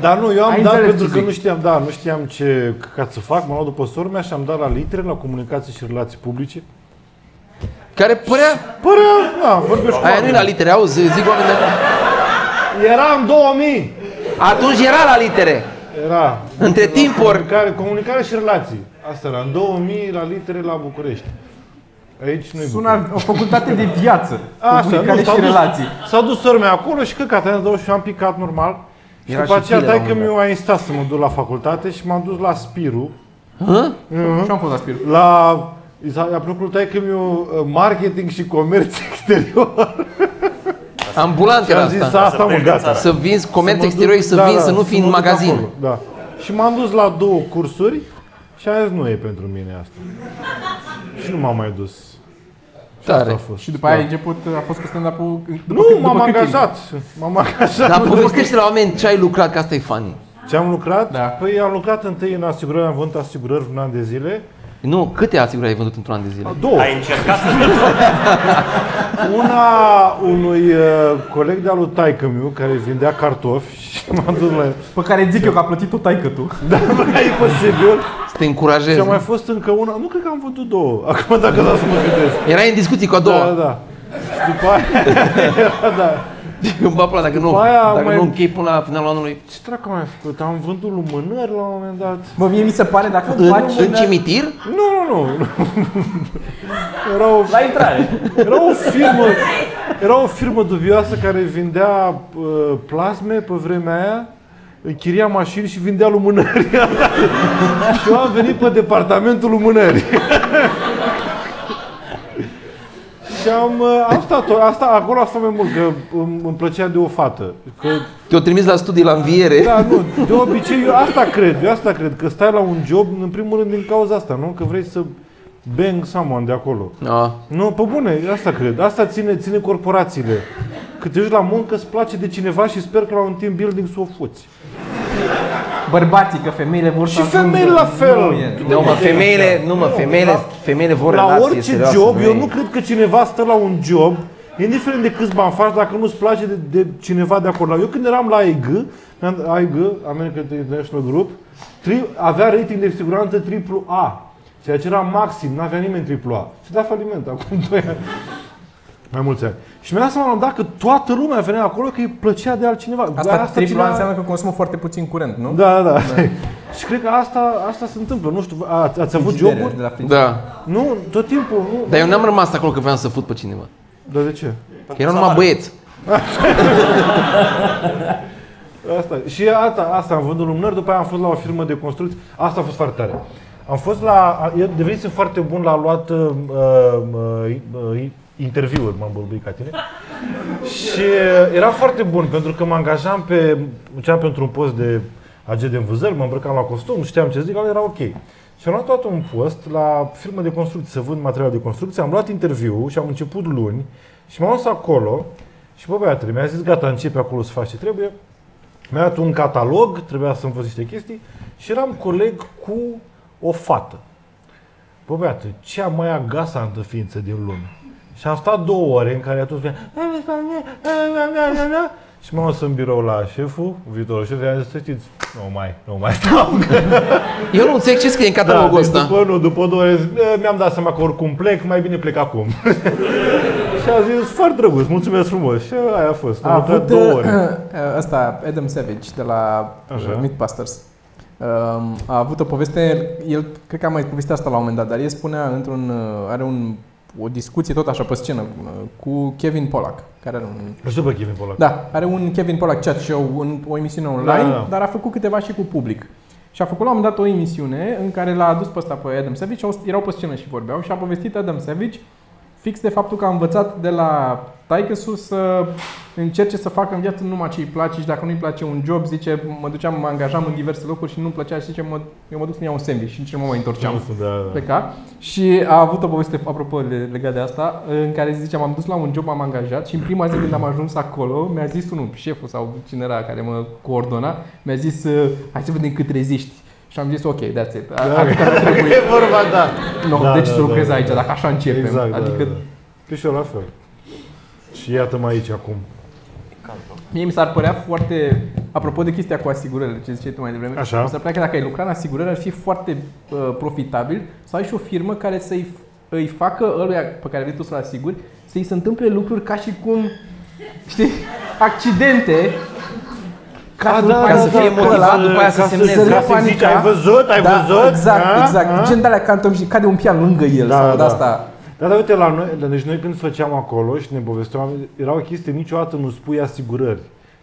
S2: Dar nu, eu am
S1: Ai
S2: dat
S1: înțeles
S2: pentru
S1: ce
S2: că
S1: zic.
S2: nu știam, da, nu știam ce ca să fac, m-am luat după sora mea și am dat la litere, la comunicații și relații publice.
S3: Care părea...
S2: Părea, da, vorbești cu
S3: Aia nu e la litere, auzi, zic oameni de...
S2: Era în 2000.
S3: Atunci era la litere.
S2: Era.
S3: Între timp ori...
S2: Comunicare, comunicare și relații. Asta era, în 2000 la litere la București. Aici nu-i
S1: Sună o facultate de viață,
S2: Așa, nu,
S1: comunicare
S2: s-a
S1: și
S2: dus,
S1: relații.
S2: s-a dus sora mea acolo și căcat, am dat și am picat normal. Și
S3: Era
S2: după
S3: și
S2: aceea
S3: tine, la un
S2: taică
S3: moment
S2: mi-a instat să mă duc la facultate și m-am dus la Spiru,
S3: Hă?
S2: Uh-huh.
S1: Și am fost la spirit.
S2: la i s-a- i-a plăcut taică mi marketing și comerț exterior.
S3: Ambulant era
S2: Am zis
S3: asta.
S2: asta, mă,
S6: pleci din
S2: gata.
S6: țară.
S3: Să vinzi
S2: Să
S3: comerț
S2: mă duc-
S3: exterior, să
S2: da,
S3: vinzi,
S2: da,
S3: să nu fii
S2: mă
S3: în
S2: duc
S3: magazin.
S2: acolo, Da. Și m-am dus la două cursuri și am zis, nu e pentru mine asta. Și nu m-am mai dus. Și asta a
S3: Tare.
S2: fost. Da.
S1: Și după aia a început, a fost cu stand-up-ul după cât-
S2: Nu,
S1: după
S2: m-am
S1: cât timp?
S2: angajat. M-am angajat.
S3: Dar povestește la oameni ce ai lucrat, că asta e funny.
S2: Ce am lucrat?
S1: Da.
S2: Păi am lucrat întâi în asigurări, am vândut asigurări un an de zile.
S3: Nu, câte asigurări ai vândut într-un an de zile?
S2: Două.
S6: Ai încercat să te
S2: Una unui uh, coleg de-al lui taică meu care vindea cartofi și m-am dus la el.
S1: Pe care zic eu că a plătit tot taică tu.
S2: Da, bă, e posibil.
S3: Să te
S2: Și a
S3: încurajezi.
S2: mai fost încă una. Nu cred că am vândut două. Acum dacă da să mă gândesc.
S3: Erai în discuții cu a
S2: Da, da,
S3: doua.
S2: da. Și după aia, era, da.
S3: Îmi va plăcea, dacă nu,
S2: aia
S3: dacă
S2: mai-
S3: nu închei până la finalul anului.
S2: Ce dracu am mai făcut? Am vândut lumânări la un moment dat.
S1: Bă, mie mi se pare dacă
S3: În,
S1: faci...
S3: în cimitir?
S2: Nu, nu, nu. Era o
S4: La intrare.
S2: Era o firmă, era o firmă dubioasă care vindea uh, plasme pe vremea aia, închiria mașini și vindea lumânări. și eu am venit pe departamentul lumânării. și am, uh, am stat, asta, acolo asta mai mult, că îmi, îmi plăcea de o fată. Că,
S3: Te-o trimis la studii la înviere.
S2: da, nu, de obicei eu asta cred, eu asta cred, că stai la un job în primul rând din cauza asta, nu? Că vrei să bang someone de acolo.
S3: Da.
S2: Nu, pe bune, asta cred. Asta ține, ține corporațiile. Că te duci la muncă, îți place de cineva și sper că la un team building să o fuți.
S1: Bărbații, că femeile vor
S2: Și
S1: ajungă-
S2: femei la fel.
S1: Nu e.
S3: Nu, mă, femeile, nu, mă, femeile, femeile vor
S2: Da. La
S3: relație
S2: orice
S3: serioasă,
S2: job, eu
S3: e-
S2: nu cred că cineva stă la un job, indiferent de câți bani faci, dacă nu-ți place de, de cineva de acolo. Eu când eram la AIG, am- AIG, American International Group, tri, avea rating de siguranță AAA, ceea ce era maxim, n-avea nimeni AAA. Și da faliment acum 2 ani. Mai mulți ani. Și mi-am dat seama la un dat că toată lumea venea acolo că îi plăcea de altcineva.
S1: Asta, asta triplu
S2: ținea-
S1: înseamnă că consumă foarte puțin curent, nu?
S2: Da, da, da. și cred că asta, asta se întâmplă. Nu știu, a- ați, ați avut
S1: Frigidere,
S2: joburi?
S1: de la frigider.
S3: Da.
S2: Nu, tot timpul. Nu.
S3: Dar eu n-am rămas acolo că vreau să fut pe cineva.
S2: Dar de ce?
S3: Că erau numai băieți.
S2: Asta. e. Și asta, asta am vândut lumânări, după aia am fost la o firmă de construcții. Asta a fost foarte tare. Am fost la... Eu devenisem foarte bun la luat uh, uh, uh, interviuri, m-am bălbuit ca tine. Și uh, era foarte bun, pentru că mă angajam pe... Ceam pentru un post de agent de învăzări, mă îmbrăcam la costum, știam ce zic, dar era ok. Și am luat tot un post la firmă de construcții, să vând material de construcție, am luat interviu și am început luni și m-am dus acolo și bă băiatele, mi-a zis gata, începe acolo să faci ce trebuie. Mi-a dat un catalog, trebuia să învăț niște chestii și eram coleg cu o fată. Bă, băiată, cea mai agasantă ființă din lume. Și am stat două ore în care atunci spunea și m-am dus în birou la șeful, viitorul șef, i-am zis, să știți, nu mai, nu mai stau.
S3: Eu nu înțeleg ce scrie în
S2: Da,
S3: catalogul
S2: deci
S3: ăsta.
S2: după, nu, după două ore, zic, "E, mi-am dat seama că oricum plec, mai bine plec acum. și a zis, foarte drăguț, mulțumesc frumos. Și aia a fost, am
S1: A
S2: lucrat
S1: avut
S2: uh,
S1: uh,
S2: două ore.
S1: Asta, Adam Savage de la
S2: Așa.
S1: uh, Mythbusters. Um, a avut o poveste, el cred că a mai povestit asta la un moment dat, dar el spunea într-un, uh, are un, o discuție tot așa pe scenă uh, cu Kevin Pollack, care are un
S2: Nu știu pe Kevin Polac.
S1: da, are un Kevin Pollack chat show, un, o emisiune online, da,
S2: Da,
S1: da,
S2: da,
S1: da.
S2: da.
S1: dar a făcut câteva și cu public. Și a făcut la un moment dat o emisiune în care l-a adus pe ăsta pe Adam Savage, au- erau pe scenă și vorbeau și a povestit Adam Savage fix de faptul că a învățat de la taică să încerce să facă în viață numai ce îi place și dacă nu-i place un job, zice, mă duceam, mă angajam în diverse locuri și nu-mi plăcea și zice, mă, eu mă duc să-mi iau un sandwich și nici nu mă mai întorceam.
S2: Da,
S1: Pleca. Și a avut o poveste, apropo, de- legat de asta, în care zice, m-am dus la un job, m-am angajat și în prima zi când am ajuns acolo, mi-a zis unul, șeful sau cine era care mă coordona, mi-a zis, "Uh, hai să vedem cât reziști. Și am zis, ok, that's it. A- Atâta trebuie.
S2: E vorba, da.
S1: No,
S2: Da,
S1: Păi, deci
S2: da,
S1: să lucrez
S2: da,
S1: aici,
S2: da.
S1: dacă așa începem.
S2: Exact,
S1: adică
S2: adică... da, da. Păi și eu la fel. Și iată-mă aici acum.
S1: Mie mi s-ar părea foarte, apropo de chestia cu asigurările, ce ziceai tu mai devreme,
S2: Așa.
S1: mi s-ar părea că dacă ai lucra în asigurări ar fi foarte uh, profitabil să ai și o firmă care să-i îi facă ăluia pe care vrei tu să-l asiguri, să-i se întâmple lucruri ca și cum, știi, accidente, ca,
S2: Ah,
S1: să-
S2: da,
S1: ca
S2: da,
S1: să
S2: da,
S1: fie
S2: ca
S1: motivat
S2: să-
S3: după aia să
S2: ca
S3: semneze.
S2: Să
S1: Să
S2: ca
S1: nu
S2: să zici,
S1: panica.
S2: ai văzut, ai
S1: da,
S2: văzut? da.
S1: exact,
S2: a?
S1: exact.
S2: A?
S1: Gen de alea cantom și cade un pian lângă el
S2: Da,
S1: sau
S2: da,
S1: de
S2: da.
S1: asta.
S2: Da, dar uite, la noi, dar deci noi când făceam acolo și ne povesteam, era o chestie, niciodată nu spui asigurări.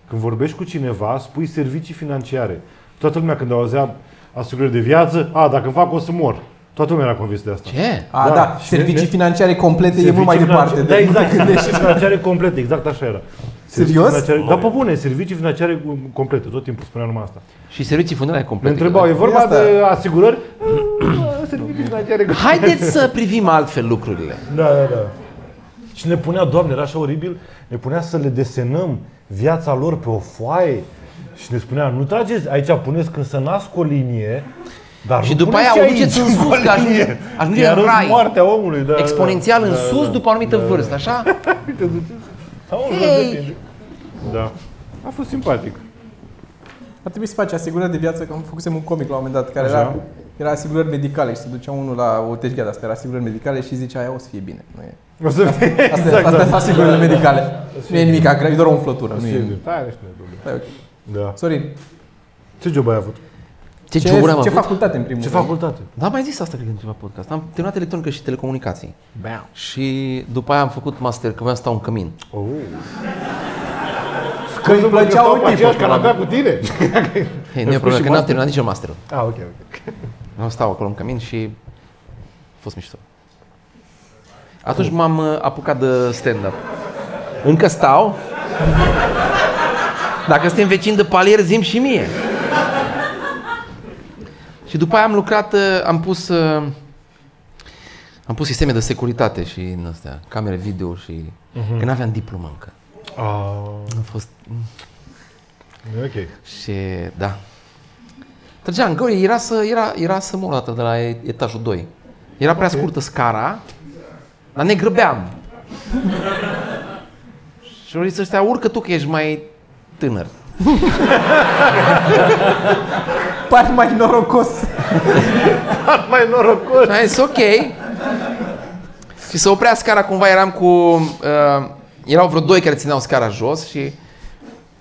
S2: Când vorbești cu cineva, spui servicii financiare. Toată lumea când auzea asigurări de viață, a, dacă îmi fac o să mor. Toată lumea era convinsă de asta.
S3: Ce?
S1: A, da,
S2: Da, și ne-
S1: servicii
S2: ne-
S1: financiare complete e
S2: Servicii
S1: mult mai
S2: financiare-
S1: departe.
S2: Da,
S1: de-
S2: exact, servicii financiare complete, exact așa era. Servicii
S1: Serios?
S2: Financiare, da, pe bune, servicii financiare complete, tot timpul spunea numai asta.
S3: Și servicii funerare
S2: Ne
S3: complete.
S2: întrebau, e vorba
S1: Păi asta-
S2: de asigurări? Ah, servicii financiare complete.
S3: Haideți să privim altfel lucrurile.
S2: Da, da, da. Și ne punea, Doamne, era așa oribil, ne punea să le desenăm viața lor pe o foaie și ne spunea, nu trageți, aici puneți când să nasc o linie, dar
S3: Și
S2: nu
S3: după
S2: puneți
S3: aia o duceți în
S2: aici
S3: sus,
S2: o
S3: că ajunge-
S2: linie.
S3: ajunge
S2: Că
S3: în
S2: arăți
S3: rai.
S2: moartea omului, da, da, da.
S3: Exponențial în
S2: Da,
S3: sus
S2: da.
S3: după o anumită vârstă, așa?
S2: Uite, duceți. Sau nu,
S3: Ei.
S2: depinde. Da. A fost simpatic.
S1: Ar trebui să faci asigurări de viață, că am făcusem un comic la un moment dat, care
S2: Așa.
S1: era, era asigurări medicale și se ducea unul la o teșghea de asta, era asigurări medicale și zicea, aia o să fie bine. Nu e.
S2: O să fie
S1: Asta,
S2: exact,
S1: asta
S2: da.
S1: sunt asigurările medicale. Nu e nimic, e doar o umflătură. Nu e,
S2: Tare și nu e problemă.
S1: da, e ok.
S2: Da.
S1: Sorin,
S2: Ce job ai avut?
S3: Ce,
S1: ce,
S3: ce am
S1: ce
S3: avut?
S1: facultate în primul
S2: Ce
S1: rând?
S2: facultate?
S3: Da, mai zis asta, cred că în ceva podcast. Am terminat electronică și telecomunicații. Bam. Și după aia am făcut master, că voiam să stau în cămin.
S2: Oh.
S1: Că îi plăcea un tip.
S2: canapea cu tine.
S3: Hei, nu
S2: făcut
S3: e
S2: și
S3: problemă, că n-am
S2: master?
S3: terminat nici eu masterul.
S2: Ah, ok, ok.
S3: Am stau acolo în cămin și a fost mișto. Atunci m-am uh, apucat de stand-up. Încă stau. Dacă suntem vecini de palier, zim și mie. Și după aia am lucrat, uh, am pus, uh, am pus sisteme de securitate și în astea, camere video și... Uh-huh. Că n-aveam diplomă încă.
S2: Ah,
S3: A fost...
S2: e ok.
S3: Și da. Trăgea în găuri, era să, era, era să mor o dată de la e- etajul 2. Era prea scurtă scara, dar ne grăbeam. și au zis ăștia, urcă tu că ești mai tânăr.
S1: Pari mai norocos.
S2: Mai norocos.
S3: Și am zis, Da, ok. Și să oprea scara cumva, eram cu... Uh, erau vreo doi care țineau scara jos și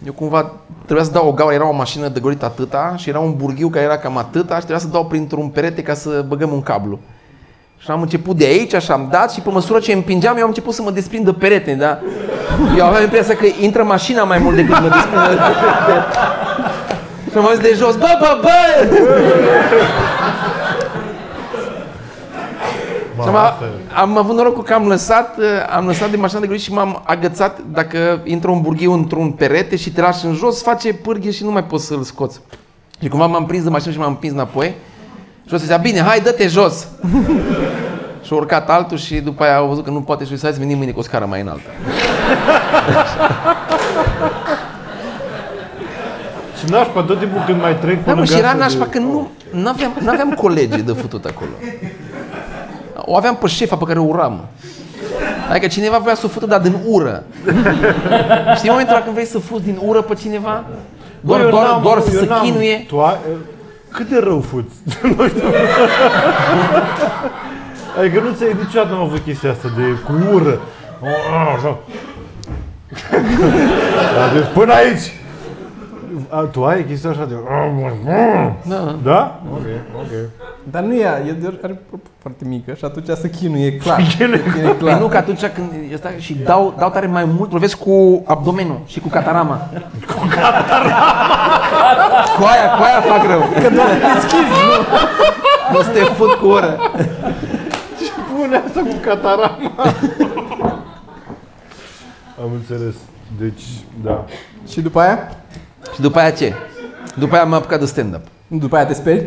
S3: eu cumva trebuia să dau o gaură, era o mașină de golit atâta și era un burghiu care era cam atâta și trebuia să dau printr-un perete ca să băgăm un cablu. Și am început de aici, așa am dat și pe măsură ce împingeam, eu am început să mă desprind de perete, da? Eu aveam impresia că intră mașina mai mult decât mă desprinde de perete. Și am auzit de jos, bă, bă, bă! Am, am avut norocul că am lăsat, uh, am lăsat de mașina de grijă și m-am agățat. Dacă intră un burghiu într-un perete și te lași în jos, face pârghie și nu mai poți să-l scoți. Și cumva m-am prins de mașină și m-am împins înapoi. Și o să zicea, bine, hai, dă-te jos! și a urcat altul și după aia au văzut că nu poate și să venim mâine cu o scară mai înaltă.
S2: Și nașpa tot timpul când mai trec
S3: Da,
S2: până
S3: mă, și era
S2: gata de-
S3: nașpa că nu aveam, aveam colegi de futut acolo. O aveam pe șefa pe care o uram. Adică cineva vrea să o fută, dar din ură. Știi momentul ăla când vrei să fuți din ură pe cineva? Doar,
S2: eu
S3: doar,
S2: n-am,
S3: doar
S2: eu
S3: să se
S2: n-am. Da.
S3: chinuie.
S2: Tu ai, cât de rău fuți? nu știu. adică nu ți-ai niciodată am avut chestia asta de cu ură. O, a, Așa. Dar deci până aici. A, tu ai chestia așa de...
S3: Da.
S2: Da? Ok, ok.
S1: Dar nu e, ea, e doar, are o foarte mică și atunci să chinuie, e clar. e
S3: Păi nu,
S1: clar.
S3: că atunci când eu stau și dau, dau tare mai mult, lovesc cu abdomenul și cu catarama. Cu catarama! Cu aia, cu aia fac rău. Că doar deschizi, nu? Nu să te fut cu ură.
S2: Pune asta cu catarama. Am înțeles. Deci, da.
S1: Și după aia?
S3: Și după aia ce? După aia m-am apucat de stand-up.
S1: Nu, După aia te speli?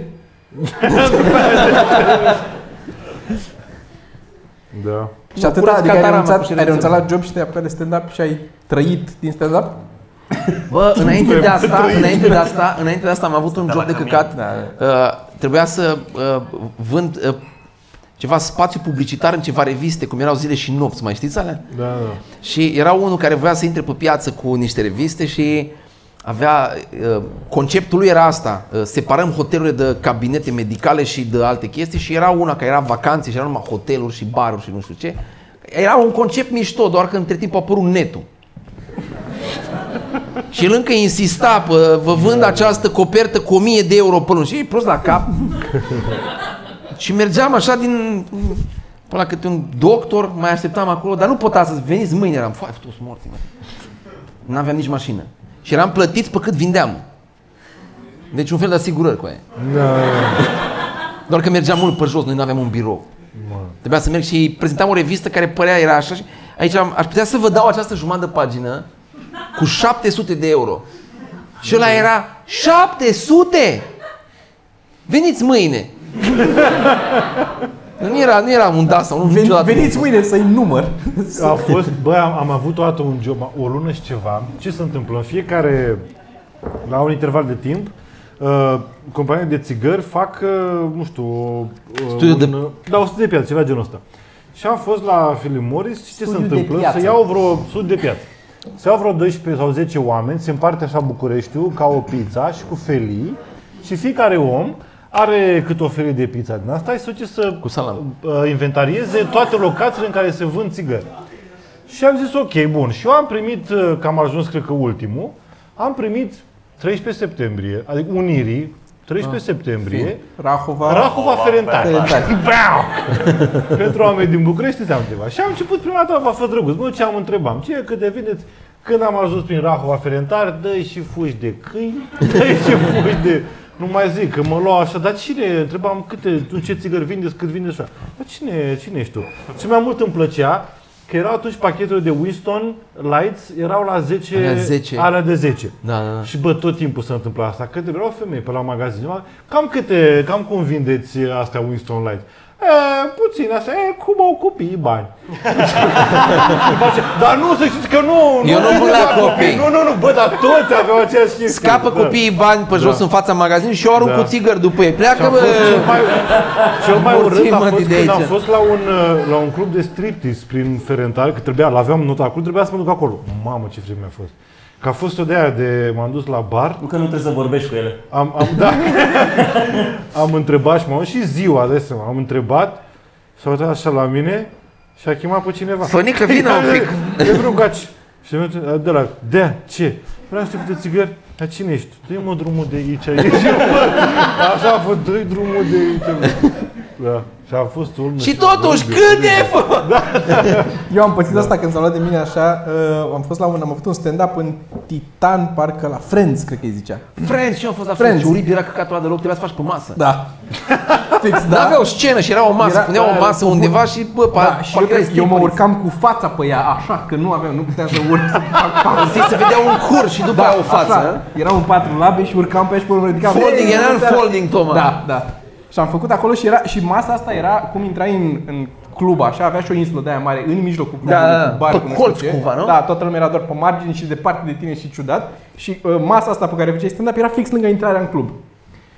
S2: Da.
S1: Și atâta,
S3: curăț
S1: adică ai
S3: catarama cu
S1: renunțat, ai
S3: șerețele.
S1: renunțat la job și te-ai apucat de stand-up și ai trăit din stand-up?
S3: Bă, înainte de asta, înainte de asta, înainte de asta am avut un job de
S6: la
S3: căcat. Uh, trebuia să uh, vând uh, ceva spațiu publicitar în ceva reviste, cum erau zile și nopți, mai știți alea?
S2: Da, da.
S3: Și era unul care voia să intre pe piață cu niște reviste și avea, uh, conceptul lui era asta, uh, separăm hotelurile de cabinete medicale și de alte chestii și era una care era vacanțe și era numai hoteluri și baruri și nu știu ce. Era un concept mișto, doar că între timp a apărut netul. Și el încă insista, pă, vă vând această copertă cu 1000 de euro pe lună. Și e prost la cap. Și mergeam așa din... Până la câte un doctor, mai așteptam acolo, dar nu pot astăzi, veniți mâine, eram foarte toți morți, mă. N-aveam nici mașină. Și eram plătiți pe cât vindeam. Deci un fel de asigurări cu aia. Doar că mergeam mult pe jos, noi nu aveam un birou. Trebuia să merg și prezentam o revistă care părea era așa și aici am, aș putea să vă dau această jumătate de pagină cu 700 de euro. Și ăla era 700! Veniți mâine! nu era, nu era un da sau nu
S1: Ven,
S3: niciodată.
S1: veniți mâine să-i număr.
S2: A fost, bă, am, am avut toată un job, o lună și ceva. Ce se întâmplă? În fiecare, la un interval de timp, uh, companii de țigări fac, uh, nu știu, uh,
S3: Studiu de-
S2: Da, 100 de piață, ceva genul ăsta. Și am fost la Philip Morris și ce se
S1: Studiu de
S2: întâmplă?
S1: piață.
S2: Să iau vreo sud de piață. Să iau vreo 12 sau 10 oameni, se împarte așa Bucureștiul ca o pizza și cu felii și fiecare om are câte o felie de pizza din asta și se duce să
S3: Cu salam.
S2: uh, inventarieze toate locațiile în care se vând țigări. Și am zis, ok, bun. Și eu am primit, uh, că am ajuns, cred că ultimul, am primit 13 septembrie, adică Unirii, 13 septembrie,
S1: Rahova.
S2: Rahova Ferentari.
S1: Ferentari.
S2: Bam! Pentru oameni din București înseamnă ceva. Și am început prima dată, v-a fost drăguț. Bă, ce am întrebam? Ce, cât de vindeți? Când am ajuns prin Rahova Ferentari, dă și fugi de câini, dă și fugi de... Nu mai zic, că mă lua așa, dar cine, întrebam câte, tu ce țigări vindeți, cât vindeți așa. Dar cine, cine ești tu? Și mai mult îmi plăcea că erau atunci pachetele de Winston Lights, erau la 10,
S3: Alea 10.
S2: alea de 10.
S3: Da, da, da.
S2: Și bă, tot timpul se întâmpla asta. Câte erau femei pe la magazin. Cam câte, cam cum vindeți uh, astea Winston Light? E, puțin așa, e, cum au copiii bani. Îmi face, dar nu, să știți că nu, nu
S3: Eu nu vând
S2: vând
S3: la copii."
S2: Nu, nu, nu, bă, dar toți aveau aceeași chestie.
S3: Scapă
S2: Da.
S3: copiii bani pe jos în fața magazinului și eu arunc
S2: Da.
S3: cu țigări după ei.
S2: Și
S3: Pleacă,
S2: a
S3: bă!
S2: fost cel mai, cel mai urât
S3: Mulțimă
S2: a fost
S3: de
S2: când am
S3: aici.
S2: fost la un, uh, la un club de striptease prin Ferentari, că trebuia, l-aveam notat acolo, trebuia să mă duc acolo. Mamă, ce vreme a fost. Că a fost o de aia de, m-am dus la bar,
S4: Nu că nu trebuie să vorbești cu ele.
S2: Am, am, da. am întrebat și m-am și ziua, de seama, am întrebat, s-a uitat așa la mine și a chemat pe cineva.
S3: Sonică, vină un pic!
S2: De vreun gaci. Și mi-a zis, de la, de ce? Vreau să te câte țigări. Dar cine ești? tu? Dă-i mă drumul de aici, aici. Și eu, bă, Așa a fost, dă drumul de aici. Da. Și a fost urmă.
S3: Și totuși,
S1: Da.
S3: cât de fă?
S1: Eu am
S3: Da.
S1: pățit asta când s-a luat de mine așa, uh, am fost la un, am avut un stand-up în Titan, parcă la Friends, cred că îi zicea.
S3: Friends, și eu am fost la
S1: Friends.
S3: Friends. Și uribil era căcatul ăla deloc, trebuia să faci pe masă.
S1: Da. Fix,
S3: Da.
S1: da.
S3: N-avea o scenă și era o masă,
S1: Era-
S3: punea o
S1: da,
S3: masă
S1: era-
S3: undeva și bă,
S1: da,
S3: pa,
S1: și eu, cred- eu mă urcam cu fața pe ea, așa, că nu aveam, nu puteam să urc să fac pauză.
S3: Zi, se vedea un cur și după aia o față.
S1: Da, Așa, eram în patru labe și urcam pe ea și pe urmă ridicam.
S3: Folding,
S1: Ei,
S3: era în
S1: seara.
S3: folding, Toma.
S1: Da, da. Și am făcut acolo și, era, și masa asta era, cum intrai în, în club, așa, avea și o insulă de aia mare în mijlocul
S3: Da,
S1: clubului,
S3: da, da.
S1: cu bar,
S3: Pe
S1: cu nu știu
S3: colț
S1: ce.
S3: cumva, nu?
S1: Da, toată lumea era doar pe margini și departe de tine și ciudat. Și uh, masa asta pe care făceai stand-up era fix lângă intrarea în club.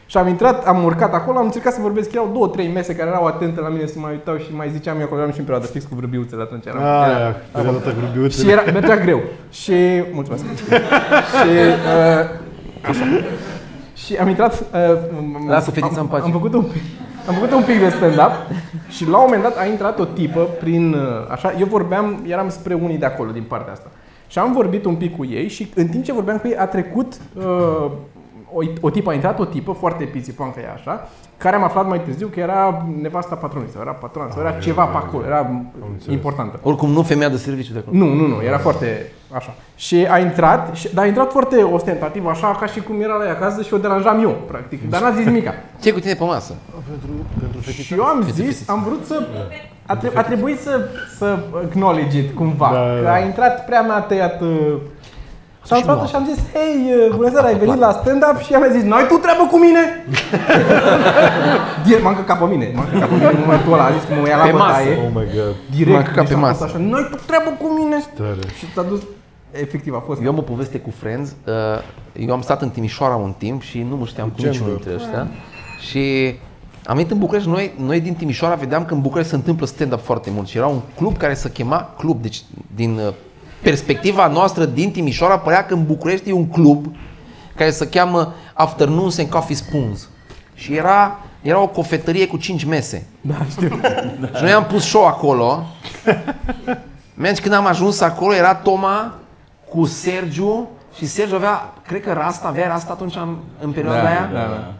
S1: Și am intrat, am urcat acolo, am încercat să vorbesc, erau două, trei mese care erau atente la mine să mă uitau și mai ziceam eu acolo, eram și în perioadă fix cu vrăbiuțele atunci. Eram, era-
S2: Aia, pe dată grubiuțele.
S1: și era, mergea greu. Și, mulțumesc. și, uh, așa. Și am intrat, uh, m-
S3: Lasă
S1: am-
S3: fetița în pace.
S1: Am făcut un pic, am făcut un pic de stand-up și la un moment dat a intrat o tipă prin, uh, așa, eu vorbeam, eram spre unii de acolo, din partea asta. Și am vorbit un pic cu ei și în timp ce vorbeam cu ei a trecut, uh, o, o tipă a intrat, o tipă foarte pițipoancă e așa, care am aflat mai târziu că era nevasta patronului sau era patronul sau era ceva pe acolo, era importantă.
S3: Oricum, nu femeia de serviciu de acolo.
S1: Nu, nu, nu, era foarte așa. Și a intrat, și, dar a intrat foarte ostentativ, așa, ca și cum era la ea acasă și o deranjam eu, practic. Dar n-a zis nimica.
S3: Ce cu tine pe masă?
S1: Și eu am zis, am vrut să A, tre- a trebuit să, să acknowledge it cumva,
S2: Da, da,
S1: că
S2: da.
S1: a intrat prea mea tăiat uh, S-a
S3: Și nu
S1: întâmplat
S3: am.
S1: și am zis, hei, uh, bună seara, ai venit la stand-up? Și ea mi-a zis, n-ai tu treabă cu mine? Direct, m-am căcat pe mine, m-am căcat pe mine în momentul ăla, a zis că mă ia la
S3: Pe masă.
S1: bătaie.
S2: Oh my god,
S1: Direct,
S3: M-am căcat
S1: deci
S3: pe
S1: am
S3: masă.
S1: fost așa, n-ai tu treabă cu mine?
S2: tare.
S1: Și s-a dus, efectiv a fost.
S3: Eu am o poveste cu Friends. uh, Eu am stat în Timișoara un timp și nu mă știam cu niciunul dintre ăștia. Și am venit în București, noi, noi din Timișoara vedeam că în București se întâmplă stand-up foarte mult și era un club care se chema Club, deci din uh, perspectiva noastră din Timișoara părea că în București e un club care se cheamă Afternoons and Coffee Spoons și era, era o cofetărie cu 5 mese.
S1: Da, știu.
S3: Și noi am pus show acolo. Mergi când am ajuns acolo, era Toma cu Sergiu și Sergiu avea, cred că Rasta, avea Rasta atunci în, în perioada
S1: Da,
S3: aia.
S1: da, da.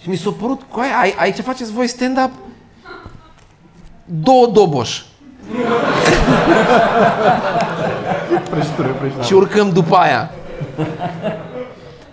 S3: Și mi s-a părut, coai, ai, aici faceți voi stand-up? Două doboș.
S1: Prăjitură, prăjitură.
S3: și urcăm după aia.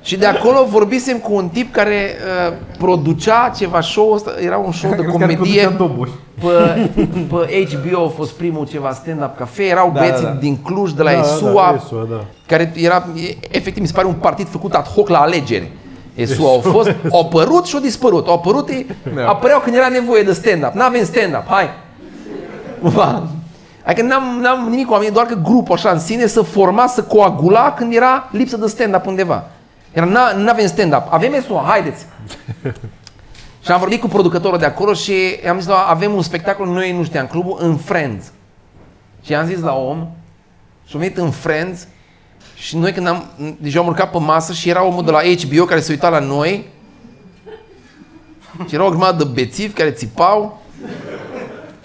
S3: Și de acolo vorbisem cu un tip care uh, producea ceva show, ăsta, era un show de
S1: Crezi că ar
S3: comedie.
S1: conducea Doboș.
S3: pe, pe HBO a fost primul ceva stand-up cafe, erau
S1: Da,
S3: da, băieții
S1: da,
S3: da,
S1: da.
S3: din Cluj, de la
S2: Da,
S3: da,
S2: da,
S3: ESUA, da,
S2: ESUA, da.
S3: care era, e- efectiv, mi se pare un partid făcut ad hoc la alegeri. ESUA au fost, au apărut și au dispărut. Au apărut, ei,
S1: Da.
S3: apăreau când era nevoie de stand-up. N-avem stand-up, hai! Cumva. Adică n-am, n-am nimic cu oamenii, doar că grupul așa în sine se forma, se coagula când era lipsă de stand-up undeva. Era, "Na- n-avem stand-up, avem ESUA, haideți! Și am vorbit cu producătorul de acolo și i-am zis, la, avem un spectacol, noi nu știam clubul, în Friends. Și i-am zis la om, și am venit în Friends și noi când am, deci eu am urcat pe masă și era omul de la HBO care se uita la noi și era o grămadă de bețivi care țipau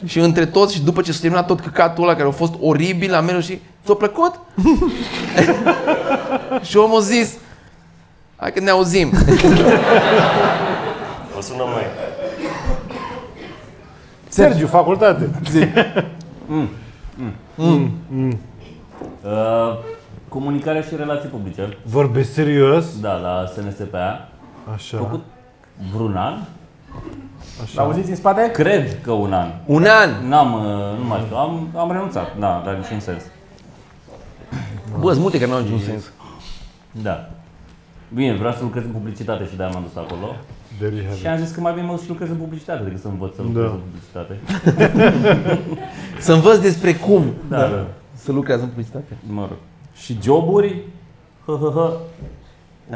S3: și între toți și după ce s-a terminat tot căcatul ăla care a fost oribil la mine și ți-a plăcut? și omul a zis, hai că ne auzim.
S6: Vă sună mai.
S2: Sergiu, facultate.
S4: Uh, comunicare și relații publice.
S2: Vorbesc serios?
S4: Da, la SNSPA.
S2: Așa.
S4: Vreun an?
S1: L-auziți în spate?
S4: Cred că un an.
S3: Un an.
S4: N-am, uh, nu mai știu, am, am renunțat, da, la niciun sens.
S3: Bă, sunt multe care n-au niciun sens.
S4: Da. Bine, vreau să lucrez în publicitate și de-aia m-am dus acolo.
S2: There you have
S4: Și
S2: it.
S4: am zis că mai bine mă duc și lucrez în publicitate decât să învăț să lucrez
S2: Da.
S4: în publicitate.
S3: Să învăț despre cum
S4: Da, da.
S3: să lucrează în publicitate.
S4: Mă rog. Și joburi? Hă, hă, hă.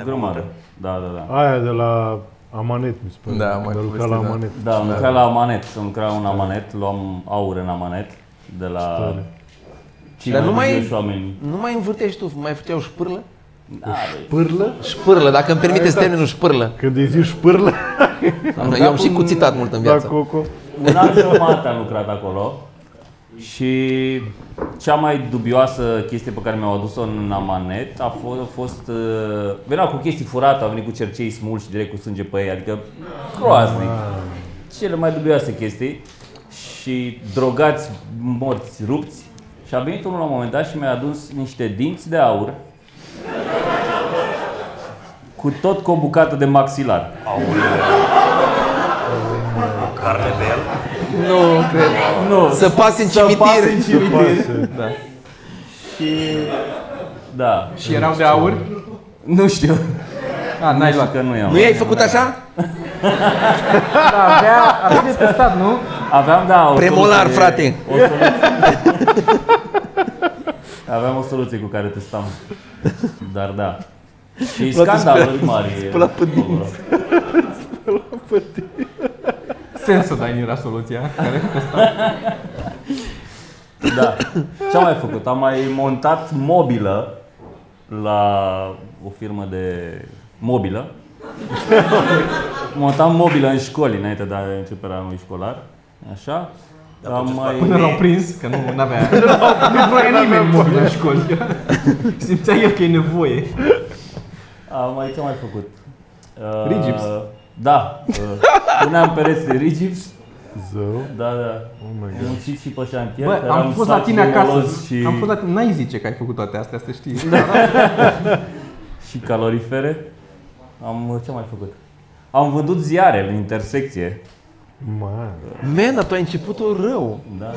S4: O grămadă. Da, da, da.
S2: Aia de la Amanet, mi se pare.
S1: Da,
S2: Când
S1: mai
S2: a lucrat la
S1: povestit, da.
S2: Amanet.
S4: Da, am lucrat la amanet, am lucrat un amanet, luam aur în amanet de la
S2: Tare.
S4: cei
S3: Dar
S4: mai
S3: nu mai-
S4: dubioși oameni.
S3: Nu mai învârtești tu, mai făceau șpârlă?
S4: Da,
S2: Pârlă?
S3: Șpârlă, dacă îmi permiteți
S4: Exact.
S3: termenul șpârlă.
S2: Când îi zici pârlă
S3: Am, eu am și cuțitat mult în
S2: la
S3: viață.
S2: Coco.
S4: un an jumate am lucrat acolo și cea mai dubioasă chestie pe care mi-au adus-o în amanet a fost, a fost uh, veneau cu chestii furate, au venit cu cercei smulși și direct cu sânge pe ei, adică groaznic. Cele mai dubioase chestii și drogați, morți, rupți și a venit unul la un moment dat și mi-a adus niște dinți de aur cu tot cu o bucată de maxilar.
S6: Carne de el.
S3: Nu, cred.
S4: Nu,
S3: Să pasi în cimitir. Da.
S2: Pase.
S4: da.
S1: Și erau de aur? Nu știu. A, n-ai luat.
S4: Că nu i-am
S3: Nu i-ai făcut așa?
S1: Da, avea, ar fi de testat, nu?
S4: Aveam, da, o
S3: Premolar,
S4: soluție-
S3: frate.
S4: O soluție. Aveam o soluție cu care testam. Dar da. Și scandaluri mari.
S3: spăla pe dinți.
S4: acolo.
S1: Sensul dai era soluția. Care
S4: Da. Ce am mai făcut? Am mai montat mobilă la o firmă de mobilă. Montam mobilă în școli înainte de începerea anului școlar. Așa. Am mai...
S3: Păi
S1: Până l-au prins, că nu avea. Nu voia nimeni mobil în școli. Simțea el că e nevoie.
S4: Am mai ce am mai făcut? Uh,
S1: Rigips.
S4: Da. Uh, puneam pereți de rigips.
S2: Zău.
S4: Da, da.
S2: Oh my
S4: Am
S2: god.
S4: muncit și pe șantier.
S1: Bă,
S4: eram
S1: am fost la
S4: sat
S1: tine
S4: cu
S1: acasă.
S4: moloz Și,
S1: Am fost la tine. N-ai zice că ai făcut toate astea, să știi.
S4: și uh, calorifere. Am ce am mai făcut? Am vândut ziare în intersecție.
S2: Man.
S3: Man, dar tu ai început-o rău.
S4: Da, da,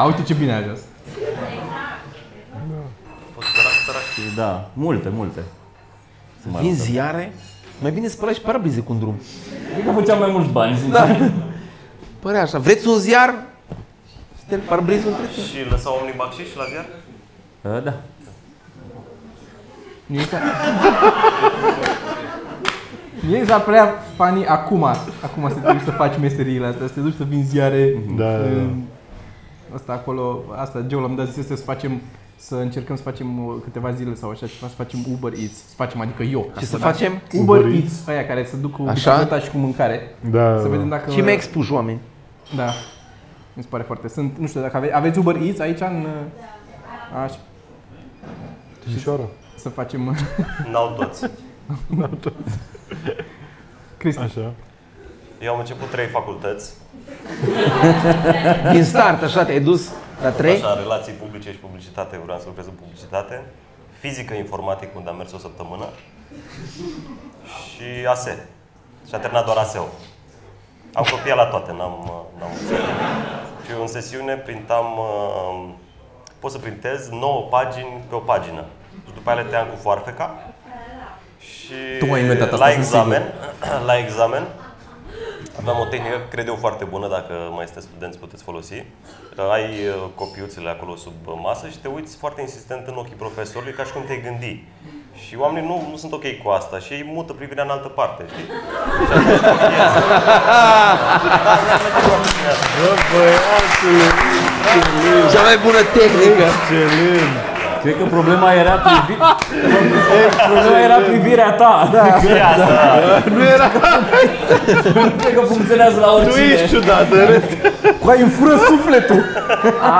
S1: A, uite ce bine ai ajuns.
S6: A fost sărac, sărac.
S4: da. da. Multe, multe. Sunt mai
S3: Vin
S4: multe.
S3: ziare, mai bine spălai și parabrize cu un drum.
S4: Cred că făceam mai mulți bani,
S1: Da.
S4: sincer.
S3: Părea Păi așa, vreți un ziar? Stel parbrizul între timp.
S6: Și lăsau oamenii bacșiș la ziar?
S4: Da. da.
S1: Nu e ca- Nu e exact prea funny acum. Acum să te duci să faci meseriile astea, să te duci să vinzi ziare.
S7: Da, da, da.
S1: Asta Păi, acolo, asta Joe l-am dat zis să facem să încercăm să facem uh, câteva zile sau așa ceva, să facem Uber Eats, să facem, adică eu. ca
S3: Ce să
S1: fac.
S3: facem?
S1: Uber,
S7: Uber
S1: Eats, aia care se duc cu
S3: Așa? Uh.
S1: bicicleta și cu mâncare.
S7: Da,
S1: Să
S7: da.
S1: vedem dacă...
S3: Și mi-ai expus oameni.
S1: Da. Mi se pare foarte. Sunt, nu știu dacă aveți, aveți Uber Eats aici în... Da. Așa,
S2: Timișoara.
S1: să facem...
S6: N-au toți.
S1: Cristi, Da,
S2: Așa.
S6: Eu am început trei facultăți,
S3: Din start, așa te-ai dus la trei?
S6: așa, relații publice și publicitate, vreau să lucrez în publicitate, fizică, informatic, unde am mers o săptămână, și ASE. Și a terminat doar ASE-ul. Am copiat la toate, n-am... uh, n-am și eu în sesiune printam... uh, Pot să printez 9 pagini pe o pagină. Și după aia le tăiam cu foarfeca. Și
S1: Tu m-ai inventat asta,
S6: la
S1: sunt
S6: examen, la examen, Aveam o tehnică, cred eu, foarte bună, dacă mai este studenți, puteți folosi. Ai uh, copiuțele acolo sub uh, masă și te uiți foarte insistent în ochii profesorului, ca și cum te-ai gândi. Și oamenii nu, nu sunt ok cu asta și ei mută privirea în altă parte, știi? Și atunci copiază. Da, mi-a plăcut foarte bine asta.
S7: Bă, băiatule,
S3: Cea mai bună tehnică.
S7: excelent!
S4: Cred că problema era privirea. problema era privirea ta. Da.
S6: Privirea asta,
S7: Nu era,
S4: Cred că funcționează la
S7: tu ești
S4: oricine.
S7: ciudat, în rest.
S1: cu ai îmi fură sufletul!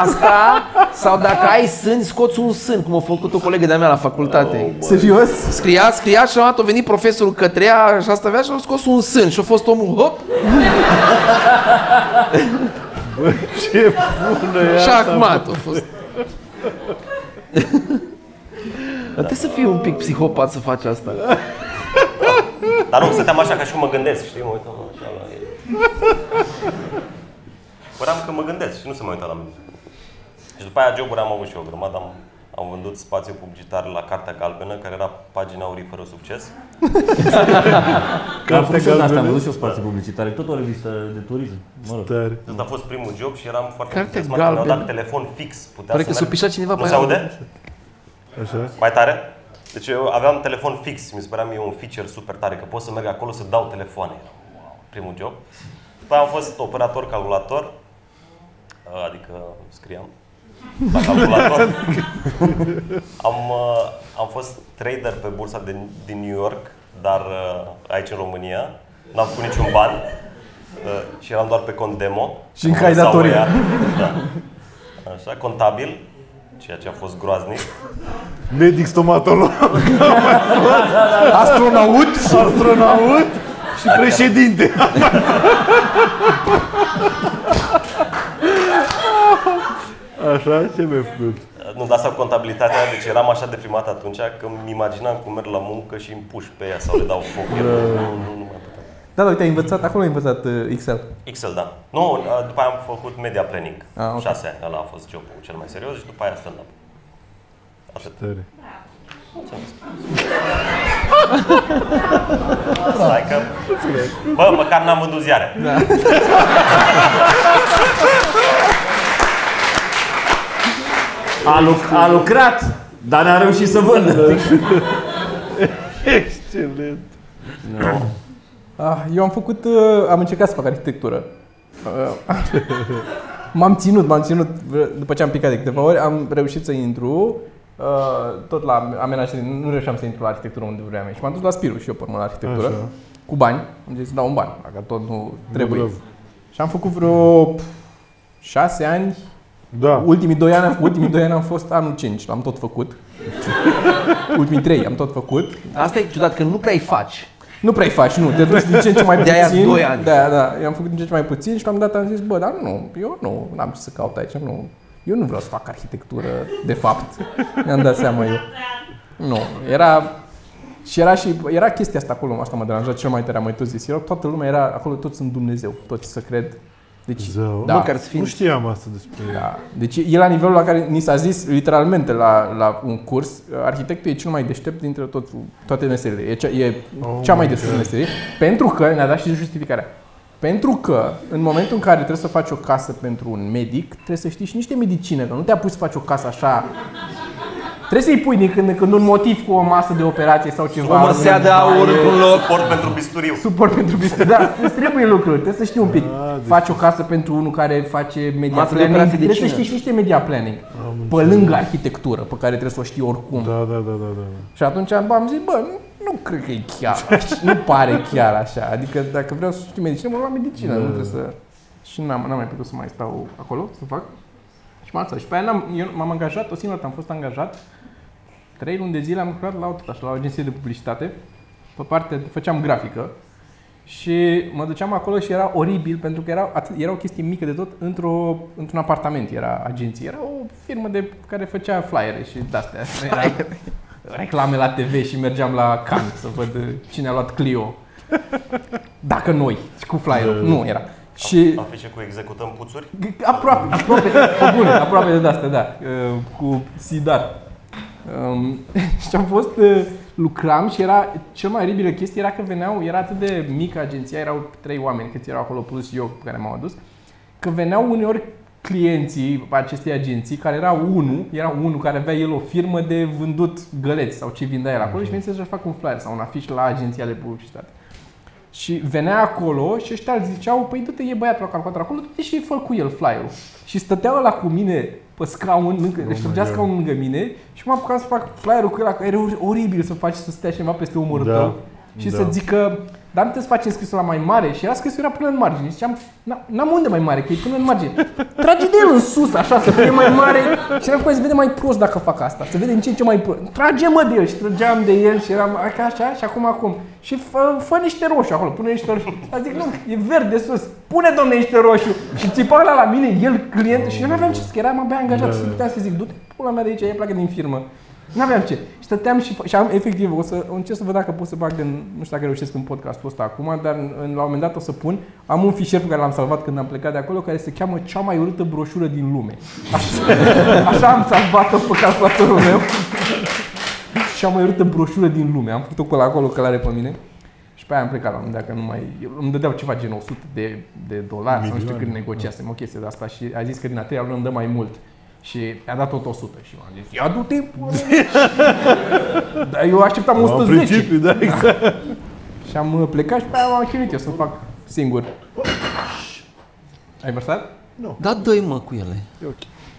S3: Asta, sau dacă ai sân, scoți un sân, cum a făcut o colegă de-a mea la facultate.
S1: Serios?
S3: Scria, scria și la un moment dat a venit profesorul către ea și asta avea și a scos un sân și a fost omul, hop,
S7: Bă, ce bună e
S3: și
S7: asta, bă.
S3: ahmat a fost. Dar trebuie să fii un pic psihopat să faci asta.
S6: Dar nu, stăteam așa ca și cum mă gândesc, știi? Mă uitam așa la ei. Păream că mă gândesc și nu se mai uita la mine. Și după aia joburi am avut și eu o grămadă. Am, am vândut spațiu publicitar la Cartea Galbenă, care era pagina aurii fără succes.
S4: Am făcut și eu de asta, am
S7: galbenă.
S4: văzut și eu spații publicitare, tot o revistă de turism. Mă rog.
S7: Tare.
S6: Ăsta a fost primul job și eram foarte
S3: Cartea
S6: entuziasmat. Mi-au dat
S3: Galbenă.
S6: telefon fix. Putea
S3: Pare
S6: să
S3: că s-a
S6: merg.
S3: pișat cineva
S6: Nu
S3: pe
S6: se
S3: aia.
S6: aude?
S7: Așa?
S6: Mai tare? Deci eu aveam telefon fix, mi se părea mie un feature super tare, că pot să merg acolo să dau telefoane. Eram, Wow, primul job. După aia am fost operator calculator, adică scriam la calculator. am, uh, am fost trader pe bursa din, din New York, dar uh, aici în România. N-am făcut niciun ban uh, și eram doar pe cont demo.
S1: Și încă
S6: Am
S1: ai
S6: lăsat
S1: datorii.
S6: oia. Da. Așa, contabil, ceea ce a fost groaznic.
S7: Medic stomatolog,
S1: Astronaut?
S7: astronaut și președinte. Așa, ce mi-ai făcut?
S6: Nu, dar asta cu contabilitatea, deci eram așa deprimat atunci că îmi imaginam cum merg la muncă și îmi puș pe ea sau le dau foc. Eu, nu, nu, nu mai puteam.
S1: Da, da, uite, ai învățat, acolo ai învățat uh, Excel.
S6: Excel, da. Nu, după aia am făcut media planning.
S1: Ah, ok.
S6: Șase ani, ăla a fost jobul cel mai serios și după aia stand-up. Atât.
S7: Tare.
S6: Stai că... Bă, măcar n-am vândut ziare. Da.
S4: A, luc- a lucrat, dar n-a reușit să vândă.
S7: Excelent.
S1: Ah, eu am făcut, uh, am încercat să fac arhitectură. Uh, m-am ținut, m-am ținut v- după ce am picat de câteva ori, am reușit să intru uh, tot la amenajare, nu reușeam să intru la arhitectură unde vreau eu. și m-am dus la Spiru și eu până la arhitectură
S7: Așa.
S1: cu bani, am zis să dau un bani, dacă tot nu trebuie.
S7: bravo.
S1: și am făcut vreo pf, șase ani,
S7: Da.
S1: ultimii doi ani, ultimii doi ani am fost anul 5, l-am tot făcut. ultimii trei am tot făcut.
S3: Asta e ciudat, că nu prea-i faci.
S1: Nu prea faci, nu, te duci din ce în ce mai puțin.
S3: De-aia doi ani.
S1: Da, da, eu am făcut din ce în ce mai puțin și la un moment dat am zis, bă, dar nu, eu nu, n-am ce să caut aici, nu. Eu nu vreau să fac arhitectură, de fapt. Mi-am dat seama eu. Nu, era Și era și era chestia asta acolo, asta mă deranja cel mai tare, am uitat zis. Era, toată lumea era acolo, toți sunt Dumnezeu, toți să cred. Deci,
S2: Zău.
S1: da,
S3: Măcar să fii.
S2: Nu știam asta despre el.
S1: da. Deci e la nivelul la care ni s-a zis literalmente la, la un curs, arhitectul e cel mai deștept dintre tot, toate meserile. E cea, e
S2: Oh
S1: oh cea mai
S2: my
S1: deșteptă
S2: God.
S1: meserie, pentru că ne-a dat și justificarea. Pentru că în momentul în care trebuie să faci o casă pentru un medic, trebuie să știi și niște medicine, că nu te-a pus să faci o casă așa. Trebuie să-i pui din când în când un motiv cu o masă de operație sau ceva.
S3: O măsea de aur într-un loc.
S6: Suport pentru bisturiu.
S1: Suport pentru biserică. Da, îți trebuie lucruri, trebuie să știi un pic. faci o casă pentru unul care face media
S3: Masă de
S1: planning,
S3: operație de
S1: trebuie să știi
S3: cine?
S1: și niște media planning. Pe lângă arhitectură, pe care trebuie să o știi oricum.
S2: Da, da, da, da, da.
S1: Și atunci am- am zis, bă, nu, nu cred că e chiar așa, nu pare chiar așa. Adică dacă vreau să știu medicină, mă luam medicină, nu trebuie să... Și n-am, n-am mai putut să mai stau acolo să fac. Și m-am Și pe aia n-am, eu m-am angajat, o singură dată am fost angajat. Trei luni de zile am lucrat la tot așa, la o agenție de publicitate. Pe parte, făceam grafică. Și mă duceam acolo și era oribil pentru că era, atât, era o chestie mică de tot într-o, într-un apartament, era agenție. Era o firmă de, care făcea flyere și de-astea. Era reclame la TV și mergeam la Cannes să văd uh, cine a luat Clio. Dacă noi, și cu flyerul. Nu era. Și
S6: Afișe cu executăm puțuri.
S1: G- Aproape, aproape, pe bune, aproape de asta, da, uh, cu Sidar. Um, și am fost, uh, lucram și era, cel mai oribilă chestie era că veneau, era atât de mică agenția, erau trei oameni câți erau acolo, plus eu pe care m-am adus, că veneau uneori clienții acestei agenții, care era unul, era unul care avea el o firmă de vândut găleți sau ce vindea el acolo și venise să-și facă un flyer sau un afiș la agenția de publicitate. Și venea acolo și ăștia îl ziceau, păi du-te, e băiatul la calculator acolo, du-te și fă cu el flyer Și stătea ăla cu mine pe scaun, lângă, își trăgea scaunul lângă mine și mă apucam să fac flyer-ul cu el, că era oribil să faci să stea cineva peste umărul
S2: Da,
S1: tău și
S2: da.
S1: să zică, dar nu te să faci înscrisul la mai mare și era scrisul era până în margine. Și ziceam, "N- n-am unde mai mare, că e până în margine. Trage de el în sus, așa, să fie mai mare. Și eram cu el, se vede mai prost dacă fac asta, se vede în ce în ce mai prost. Trage mă de el și trăgeam de el și eram "A, ca așa și acum acum. Și fă, fă niște roșu acolo, pune niște roșu. A zic, nu, e verde sus, pune domne niște roșu. Și țipa ăla la mine, el client și eu nu aveam ce să că eram abia angajat și puteam să zic, du-te pula mea de aici, e pleacă din firmă. N-aveam ce. Și stăteam și, și am, efectiv, o să o încerc să văd dacă pot să bag în, nu știu dacă reușesc în podcastul ăsta acum, dar în, în, la un moment dat o să pun, am un fișier pe care l-am salvat când am plecat de acolo, care se cheamă cea mai urâtă broșură din lume. Așa, așa am salvat-o pe calculatorul meu. Cea mai urâtă broșură din lume. Am făcut-o cu la acolo, că l-are pe mine. Și pe aia am plecat la un moment dat, că nu mai... Îmi dădeau ceva gen 100 de, de dolari sau nu știu cât negociasem o chestie de asta și a zis că din a treia lună îmi dă mai mult. Și a dat tot 100 și eu am zis, ia du-te, pula mea." Dar eu așteptam
S2: În
S1: 110
S2: principiu, da, exact.
S1: și am uh, plecat și pe aia m-am chinuit eu să fac singur. Ai vărsat?
S3: Da, dă mă cu ele.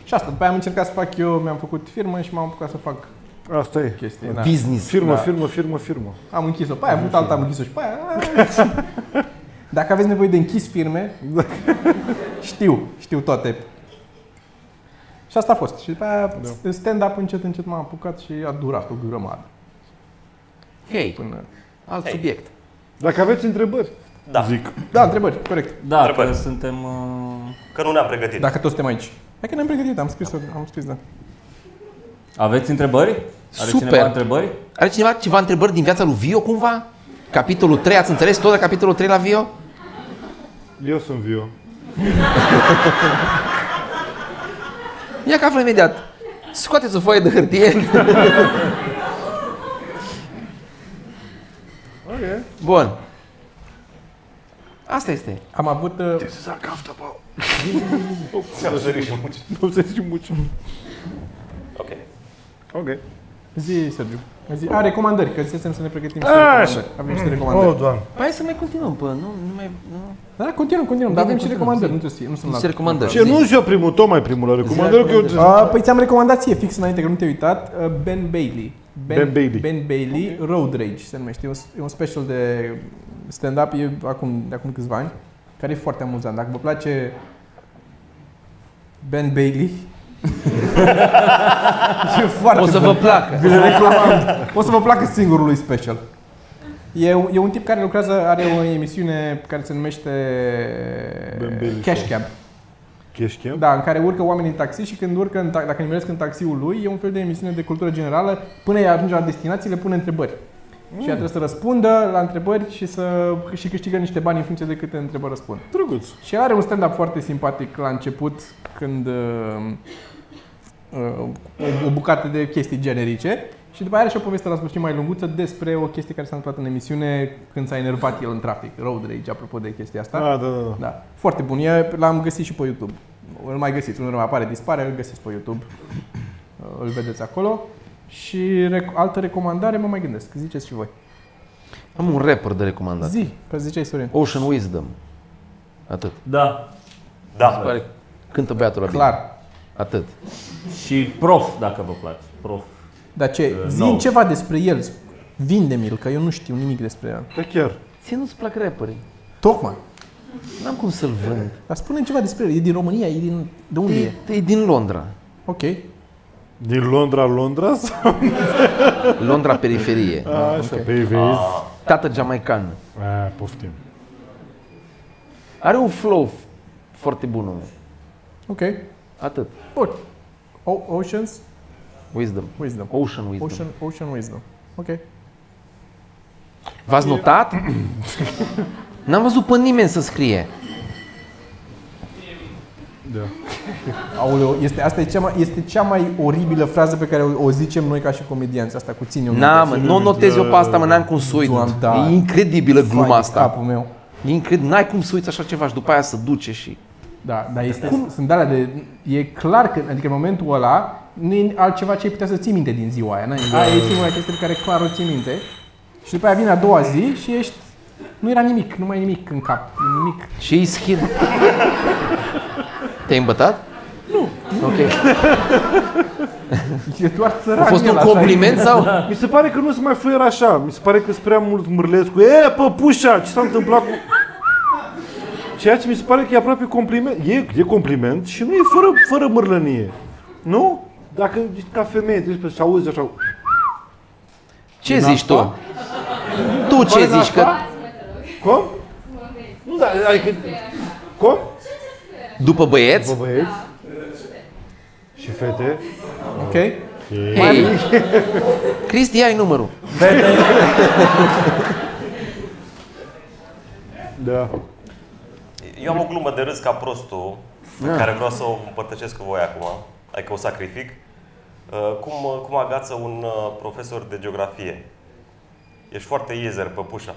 S1: Și asta, după aia am încercat să fac eu, mi-am făcut firmă și m-am apucat să fac
S2: Asta e.
S1: chestii. Da.
S3: Business.
S2: Firmă,
S1: Da.
S2: firmă, firmă, firmă.
S1: Am închis-o pe aia, am avut alta, am închis-o și pe aia. Dacă aveți nevoie de închis firme, știu, știu toate. Și asta a fost. Și după aia da. stand-up încet, încet m-am apucat și a durat o grămadă.
S3: Hei,
S1: Până...
S3: alt subiect.
S2: Dacă aveți întrebări,
S6: Da.
S2: zic.
S1: Da, întrebări, corect.
S4: Da, că
S6: Întrebări.
S4: suntem... uh,
S6: Că nu ne-am pregătit.
S1: Dacă toți suntem aici. Hai că ne-am pregătit, am scris, am scris, da.
S4: Aveți întrebări? Are
S3: Super.
S4: cineva întrebări?
S3: Are cineva ceva întrebări din viața lui Vio cumva? Capitolul 3, ați înțeles tot de capitolul 3 la Vio?
S2: Eu sunt viu.
S3: Ia că află imediat. Scoateți o foaie de hârtie.
S2: Ok.
S3: Bun. Asta este.
S1: Am avut... uh,
S6: Ți-am sărit și muci.
S2: Nu se zici muci.
S6: Ok.
S2: Ok.
S1: Zi, Sergiu. Zi. A, recomandări, că zisem să ne pregătim și
S2: Așa.
S1: recomandări. Avem niște recomandări.
S2: Oh, doamne.
S3: Păi hai să mai continuăm, pă, nu, nu mai... Nu.
S1: Da, continuăm, continuăm, dar avem și
S3: continuăm,
S1: recomandări,
S3: zi.
S1: nu trebuie să fie- nu sunt
S3: Niște
S1: la-
S3: recomandări.
S2: Ce, nu-s eu primul, Toma e primul la recomandări, că eu...
S1: Uh, păi ți-am recomandat ție, fix înainte că nu te-ai uitat, uh, Ben Bailey.
S2: Ben Bailey.
S1: Ben Bailey, Road Rage se numește. E un, e un special de stand-up, e acum, de acum câțiva ani, care e foarte amuzant. Dacă vă place Ben Bailey, e foarte
S3: O să vă
S1: bun.
S3: placă.
S1: Vi le reclamam. O să vă placă singurul lui special. E, un- e un tip care lucrează, are o emisiune care se numește
S2: Ben Bailey
S1: Cash
S2: Show.
S1: Cab.
S2: Cheșchem?
S1: Da, în care urcă oamenii în taxi și când urcă, în ta- dacă nimeresc în taxiul lui, e un fel de emisiune de cultură generală, până ei ajunge la destinație, le pune întrebări. Și ea trebuie să răspundă la întrebări și să și câștigă niște bani în funcție de câte întrebări răspund.
S7: Drăguț.
S1: Și el are un stand-up foarte simpatic la început, când uh, uh, o- o bucată de chestii generice. Și după aia are și o poveste la sfârșit mai lunguță despre o chestie care s-a întâmplat în emisiune când s-a enervat el în trafic. Road rage, apropo de chestia asta.
S7: Da, da, da.
S1: Da. Foarte bun. E, l-am găsit și pe YouTube. Îl mai găsiți, unul mai apare, dispare, îl găsiți pe YouTube. Uh, Îl vedeți acolo. Și rec- altă recomandare, mă mai gândesc. Ziceți și voi.
S3: Am un rapper de recomandat.
S1: Zi, pe ziceai, Sorin.
S3: Ocean Wisdom. Atât.
S4: Da.
S6: Da.
S3: Pare cântă băiatul la bine.
S1: Clar.
S3: Atât.
S4: Și prof, dacă vă place. Prof.
S1: Dar ce,
S3: Uh,
S1: zi
S4: nou.
S1: ceva despre el. Vinde-mi-l, că eu nu știu nimic despre el.
S7: Da chiar.
S3: Ție nu-ți plac rapperii.
S1: Tocmai.
S3: N-am cum să-l vând.
S1: Dar spune ceva despre el. E din România, e din... De unde
S3: E, Păi
S1: e?
S3: e din Londra.
S1: Ok.
S7: Din Londra, Londra sau?
S3: Londra periferie.
S1: Ah.
S7: A, așa, pe ei vezi.
S3: Tată jamaican.
S7: A, poftim.
S3: Are un flow foarte bun omul.
S1: Ok.
S3: Atât.
S1: Bun. O- Oceans
S3: Wisdom.
S1: Wisdom.
S3: Ocean Wisdom.
S1: Ocean, Ocean Wisdom. Ok.
S3: V-ați notat? N-am văzut pe nimeni să scrie.
S1: Aoleu, este, asta e cea, mai, este cea mai oribilă frază pe care o, o zicem noi ca și comedianți. Asta cu ține o minte.
S3: N-am, nu notez eu pe asta, mă, n-am cum să uit.
S1: Doamne, da.
S3: E incredibilă
S1: Vai de
S3: gluma asta.
S1: capul meu.
S3: E incredibil, n-ai cum să uiți așa ceva și după aia să duce și...
S1: Da, dar este, sunt alea de... E clar că, adică în momentul ăla, nu e altceva ce ai putea să ții minte din ziua aia. n-ai- Aia e singura chestie pe care clar o ții minte. Și după aia vine a doua zi și ești... Nu era nimic, nu mai e nimic în cap, nimic.
S3: Și e schid. Te-ai îmbătat? Nu. Ok.
S1: E doar țăran.
S3: A fost
S1: el,
S3: un
S1: așa e.
S3: compliment sau?
S2: Mi se pare că nu se mai fluier așa. Mi se pare că sunt prea mult mârlescu. E, păpușa, ce s-a întâmplat cu... Ceea ce mi se pare că e aproape compliment. E, e compliment și nu e fără, fără mârlănie. Nu? Dacă ești ca femeie, trebuie să auzi așa.
S3: Ce zici tu? Tu ce zici că
S2: Cum? Nu, da, adică... Cum?
S3: după băieți?
S2: Vă băieți? Și fete?
S1: Ok?
S3: Hei! Cristi, ai numărul.
S2: Da.
S6: Eu am o glumă de râs ca prostul, pe care vreau să o împărtășesc cu voi acum, adică o sacrific. Uh, Cum, cum agață un uh, profesor de geografie? Ești foarte iezer, păpușa.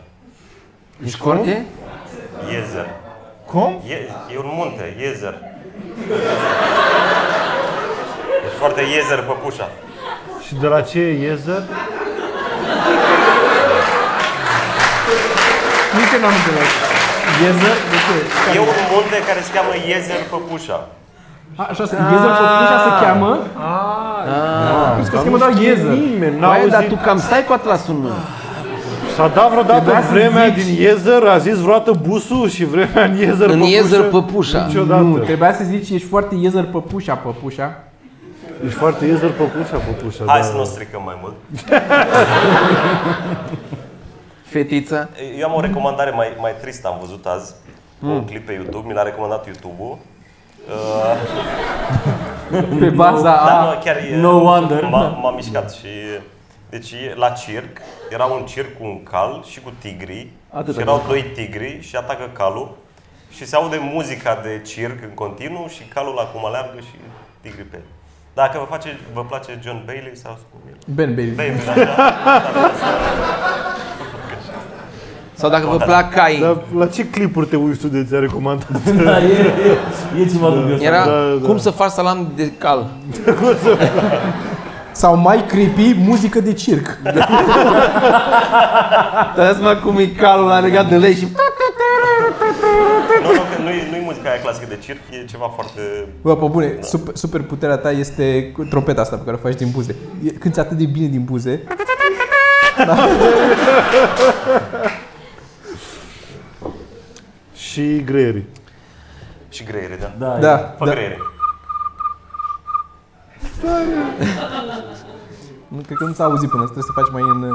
S3: Ești corte?
S6: Iezer.
S2: Cum?
S6: E, e un munte, iezer. Ești foarte iezer, păpușa.
S2: Și de la ce e iezer?
S1: Nici eu n-am înțeles. Iezer, de ce?
S6: E un munte care se cheamă iezer, păpușa.
S1: A, așa se,
S3: Ah.
S1: Iezer pe Cluj se cheamă. Plus că se cheamă doar Iezer.
S2: Nimeni n-a
S3: Băi, dar
S2: auzit.
S3: tu cam stai cu atlasul în mână.
S2: S-a dat vreodată
S1: Trebuia să
S2: vremea
S1: zici.
S2: din Iezer, a zis vreodată busul și vremea în Iezer
S3: În
S2: păpușă?
S3: Iezer păpușa.
S2: Niciodată. Nu,
S1: Trebuia să zici, ești foarte Iezer păpușa, păpușa.
S2: Ești foarte Iezer păpușa, păpușa. da.
S6: Hai să nu o stricăm mai mult.
S3: Fetița.
S6: Eu am o recomandare mai, mai tristă, am văzut azi un clip pe YouTube, mi l-a recomandat YouTube-ul.
S1: Pe baza
S3: Da.
S6: Dar
S1: a...
S6: nu, chiar e,
S4: no wonder.
S6: M-a, m-a mișcat și... Deci la circ, era un circ cu un cal și cu tigri
S3: Atâta
S6: și erau doi tigri și atacă calul și se aude muzica de circ în continuu și calul acum aleargă și tigri pe el. Dacă vă, face, vă place John Bailey sau cum e?
S1: Ben Bailey.
S6: Bailey, da,
S3: Sau dacă vă plac cai.
S2: Dar la ce clipuri te uiți tu de ți-a recomandat?
S4: Da, e, e, e ceva dubios.
S3: Era
S2: Da, da.
S3: cum să faci salam de cal.
S1: Sau mai creepy, muzică de circ.
S3: Dați-mă cum e calul a legat de lei și...
S6: nu, nu, că nu-i, nu-i muzica aia clasică de circ, e ceva foarte...
S1: Bă, pe bune, super, super puterea ta este cu trompeta asta pe care o faci din buze. E- Cânti atât de bine din buze.
S2: și greierii.
S6: și greiere, da.
S4: Da, e-
S1: Da,
S6: Fă
S1: da.
S6: greiere.
S1: Nu, Cred că nu s-a auzit până, trebuie să faci mai în...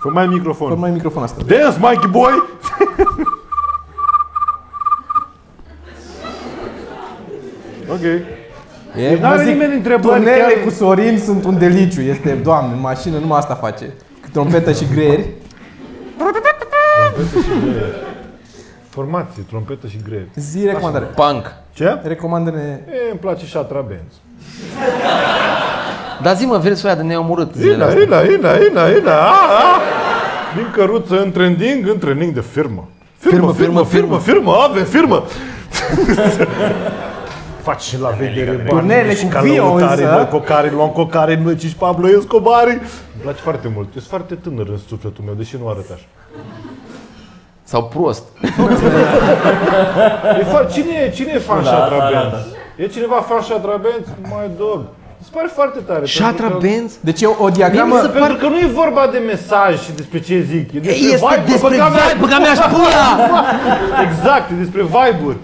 S2: Fă mai microfon.
S1: Fă mai microfon asta.
S2: Dance, Mikey boy! ok.
S1: E,
S2: n-are Deci nimeni întrebări,
S1: Tunele
S2: chiar-
S1: cu Sorin sunt un deliciu, este, doamne, în mașină numai asta face. Cât trompetă și greieri.
S2: Formație, trompetă și greier.
S1: Zi recomandare.
S3: Punk.
S2: Ce?
S1: Recomandă-ne...
S2: E, îmi place și Atra Benz.
S3: Dar zi-mă, versul ăia de neomorât. zilele
S2: Ina,
S3: astea.
S2: ina, ina, ina, ina, a, a. Din căruță în trending, în trending de firmă. Firmă, firmă, firmă, firmă, avem firmă. Faci și la vedere bani,
S1: Turnele
S2: ești
S1: cu
S2: ca
S1: Vio,
S2: lăutare,
S1: însă.
S2: noi cocare, luam cocare, noi cinci Pablo Escobari. Îmi place foarte mult, ești foarte tânăr în sufletul meu, deși nu arăt așa.
S3: Sau prost.
S2: E fa- cine, e, cine e fan
S4: Da,
S2: Shatra
S4: da, da,
S2: Benz? E cineva fan Shatra Benz? My dog. Se pare foarte tare. pentru
S3: Shatra
S2: că-
S3: Benz?
S1: Deci e o
S2: Mie mi se
S1: diagramă...
S2: Da, pentru că nu e vorba de mesaj și despre ce zic. E despre
S3: Este
S2: vibe-uri,
S3: despre
S2: băga mea-
S3: vibe, băga mea și pula!
S2: Exact, e despre vibe-uri.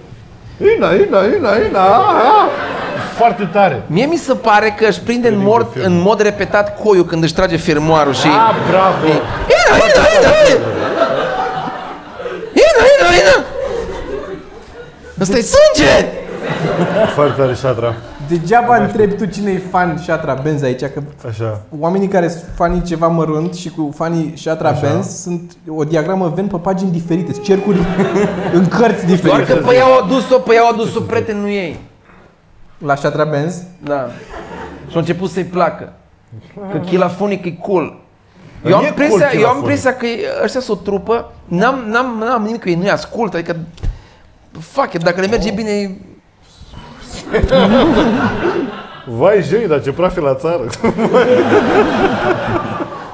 S2: Ina, ina, ina, ina, a, a. Foarte tare.
S3: Mie mi se pare că își prinde în, mort, în mod repetat coiul când își trage fermoarul și...
S2: A, Ah, bravo.
S3: Ina, ina, ina, ina! Ina, ina, ina! Ăsta e sânge!
S2: Foarte tare, Shatra.
S1: Degeaba întrebi tu cine e fan Shatra Benz aici, că
S2: Așa.
S1: oamenii care sunt fanii ceva mărunt și cu fanii Shatra Benz sunt o diagramă ven pe pagini diferite, sunt cercuri în cărți
S2: Păi,
S3: Doar că
S1: diferite.
S3: pe ea au adus-o, pe ea au adus-o prietenul ei.
S1: La Shatra Benz,
S3: Da. Și a început să-i placă. Că chilafonic e cool. Eu am,
S2: E cool
S3: impresia, eu am
S2: Chilafonic.
S3: impresia că e- ăștia sunt o trupă, n-am, n-am, n-am nimic cu ei, nu-i ascult, adică fuck it, dacă le
S2: Oh.
S3: merge bine, e-
S2: Vai, jei, dar ce praf e la țară.